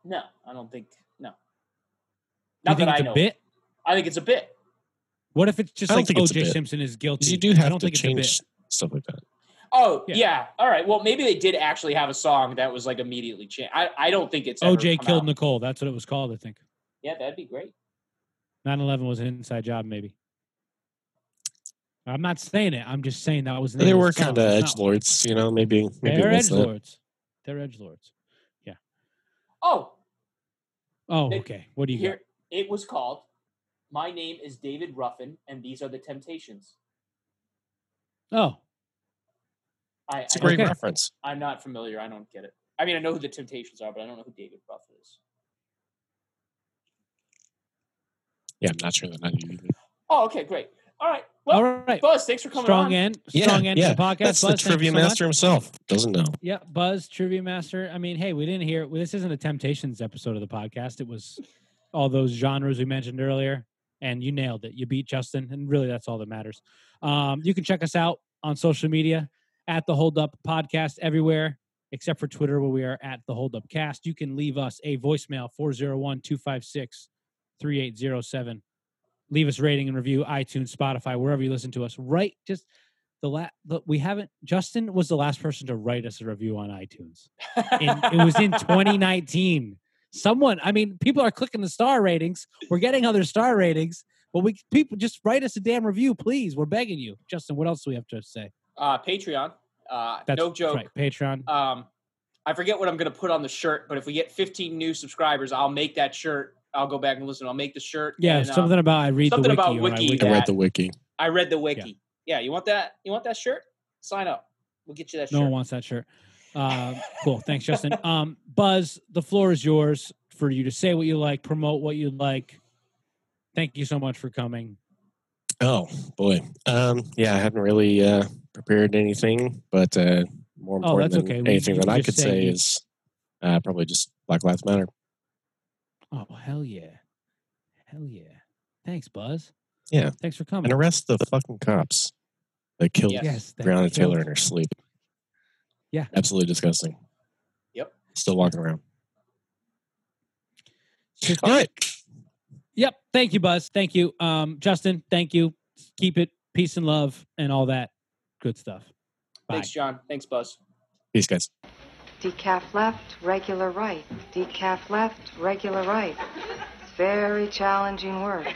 [SPEAKER 2] No, I don't think. No,
[SPEAKER 3] Do you
[SPEAKER 2] not
[SPEAKER 3] think
[SPEAKER 2] that I
[SPEAKER 3] it's a
[SPEAKER 2] know.
[SPEAKER 3] bit?
[SPEAKER 2] I think it's a bit.
[SPEAKER 3] What if it's just
[SPEAKER 4] I don't
[SPEAKER 3] like
[SPEAKER 4] think it's a
[SPEAKER 3] O.J.
[SPEAKER 4] bit.
[SPEAKER 3] Simpson is guilty?
[SPEAKER 4] 'Cause you do
[SPEAKER 3] I
[SPEAKER 4] have
[SPEAKER 3] don't
[SPEAKER 4] to
[SPEAKER 3] think it's a bit.
[SPEAKER 4] change stuff like that.
[SPEAKER 2] Oh
[SPEAKER 3] Yeah.
[SPEAKER 2] yeah. all right. Well, maybe they did actually have a song that was like immediately changed. I, I don't think it's ever
[SPEAKER 3] O.J.
[SPEAKER 2] come
[SPEAKER 3] killed
[SPEAKER 2] out.
[SPEAKER 3] Nicole. That's what it was called, I think.
[SPEAKER 2] Yeah, that'd be great.
[SPEAKER 3] 9-11 was an inside job, maybe. I'm not saying it. I'm just saying that was. the
[SPEAKER 4] They
[SPEAKER 3] name
[SPEAKER 4] were
[SPEAKER 3] the song.
[SPEAKER 4] kind of
[SPEAKER 3] It's not-
[SPEAKER 4] edge lords, you know. Maybe maybe
[SPEAKER 3] They're
[SPEAKER 4] it was
[SPEAKER 3] edge
[SPEAKER 4] that.
[SPEAKER 3] lords. They're edge lords.
[SPEAKER 2] Oh,
[SPEAKER 3] Oh,
[SPEAKER 2] They-
[SPEAKER 3] okay. What do you
[SPEAKER 2] here it was called. My name is David Ruffin, and these are the Temptations.
[SPEAKER 3] got? Oh,
[SPEAKER 2] I,
[SPEAKER 4] It's a
[SPEAKER 2] I
[SPEAKER 4] great
[SPEAKER 3] Okay.
[SPEAKER 4] reference.
[SPEAKER 2] I'm not familiar. I don't get it. I mean, I know who the Temptations are, but I don't know who David Ruff is.
[SPEAKER 4] Yeah, I'm not sure that I do. either.
[SPEAKER 2] Oh, okay, great. All right. Well,
[SPEAKER 3] all right.
[SPEAKER 2] Buzz, thanks for coming
[SPEAKER 3] Strong
[SPEAKER 2] on.
[SPEAKER 3] end.
[SPEAKER 4] Yeah,
[SPEAKER 3] Strong end
[SPEAKER 4] yeah.
[SPEAKER 3] of the podcast.
[SPEAKER 4] That's the
[SPEAKER 3] Buzz, thank you
[SPEAKER 4] trivia
[SPEAKER 3] so much.
[SPEAKER 4] master himself. Doesn't know.
[SPEAKER 3] Yeah, Buzz Trivia Master. I mean, hey, we didn't hear. well, This isn't a Temptations episode of the podcast. It was all those genres we mentioned earlier, and you nailed it. You beat Justin, and really, that's all that matters. Um, you can check us out on social media at the Hold Up Podcast everywhere except for Twitter, where we are at the Hold Up Cast. You can leave us a voicemail 401 256 3807. Leave us rating and review iTunes, Spotify, wherever you listen to us. Right, just the last we haven't. Justin was the last person to write us a review on iTunes. In, it was in 2019. Someone, I mean, people are clicking the star ratings. We're getting other star ratings, but we people just write us a damn review, please. We're begging you, Justin. What else do we have to say?
[SPEAKER 2] uh, Patreon. Uh, no joke.
[SPEAKER 3] Patreon.
[SPEAKER 2] Um, I forget what I'm going to put on the shirt, but if we get 15 new subscribers, I'll make that shirt. I'll go back and listen. I'll make the shirt.
[SPEAKER 3] Yeah,
[SPEAKER 2] and, um,
[SPEAKER 3] something about I read
[SPEAKER 2] something
[SPEAKER 3] the wiki.
[SPEAKER 2] about
[SPEAKER 3] or I
[SPEAKER 2] wiki
[SPEAKER 4] I
[SPEAKER 2] that-
[SPEAKER 4] read the wiki.
[SPEAKER 2] I read the wiki. Yeah. you want that? You want that shirt? Sign up. We'll get you that
[SPEAKER 3] No
[SPEAKER 2] shirt.
[SPEAKER 3] one wants that shirt. Uh, cool. Thanks, Justin. Um, Buzz, the floor is yours for you to say what you like, promote what you like. Thank you so much for coming.
[SPEAKER 4] Oh boy. Um, yeah, I haven't really uh, prepared anything, but uh, more
[SPEAKER 3] Oh,
[SPEAKER 4] important
[SPEAKER 3] that's
[SPEAKER 4] than
[SPEAKER 3] okay. We-
[SPEAKER 4] anything
[SPEAKER 3] you
[SPEAKER 4] that
[SPEAKER 3] can
[SPEAKER 4] I
[SPEAKER 3] just
[SPEAKER 4] could
[SPEAKER 3] say
[SPEAKER 4] say
[SPEAKER 3] you-
[SPEAKER 4] is uh, probably just Black Lives Matter.
[SPEAKER 3] Oh, hell yeah. Hell yeah. Thanks, Buzz.
[SPEAKER 4] Yeah.
[SPEAKER 3] Thanks for coming.
[SPEAKER 4] and arrest the fucking cops that killed
[SPEAKER 2] Yes.
[SPEAKER 3] that
[SPEAKER 4] Breonna
[SPEAKER 3] killed-
[SPEAKER 4] Taylor in her sleep.
[SPEAKER 3] Yeah.
[SPEAKER 4] absolutely disgusting.
[SPEAKER 2] Yep.
[SPEAKER 4] Still walking around.
[SPEAKER 3] Sit
[SPEAKER 4] All right.
[SPEAKER 3] Yep. Thank you, Buzz. Thank you. Um, Justin, thank you. Keep it peace and love and all that good stuff. Bye.
[SPEAKER 2] Thanks, John. Thanks, Buzz.
[SPEAKER 4] Peace, guys.
[SPEAKER 5] Decaf left, regular right. Decaf left, regular right. It's very challenging work.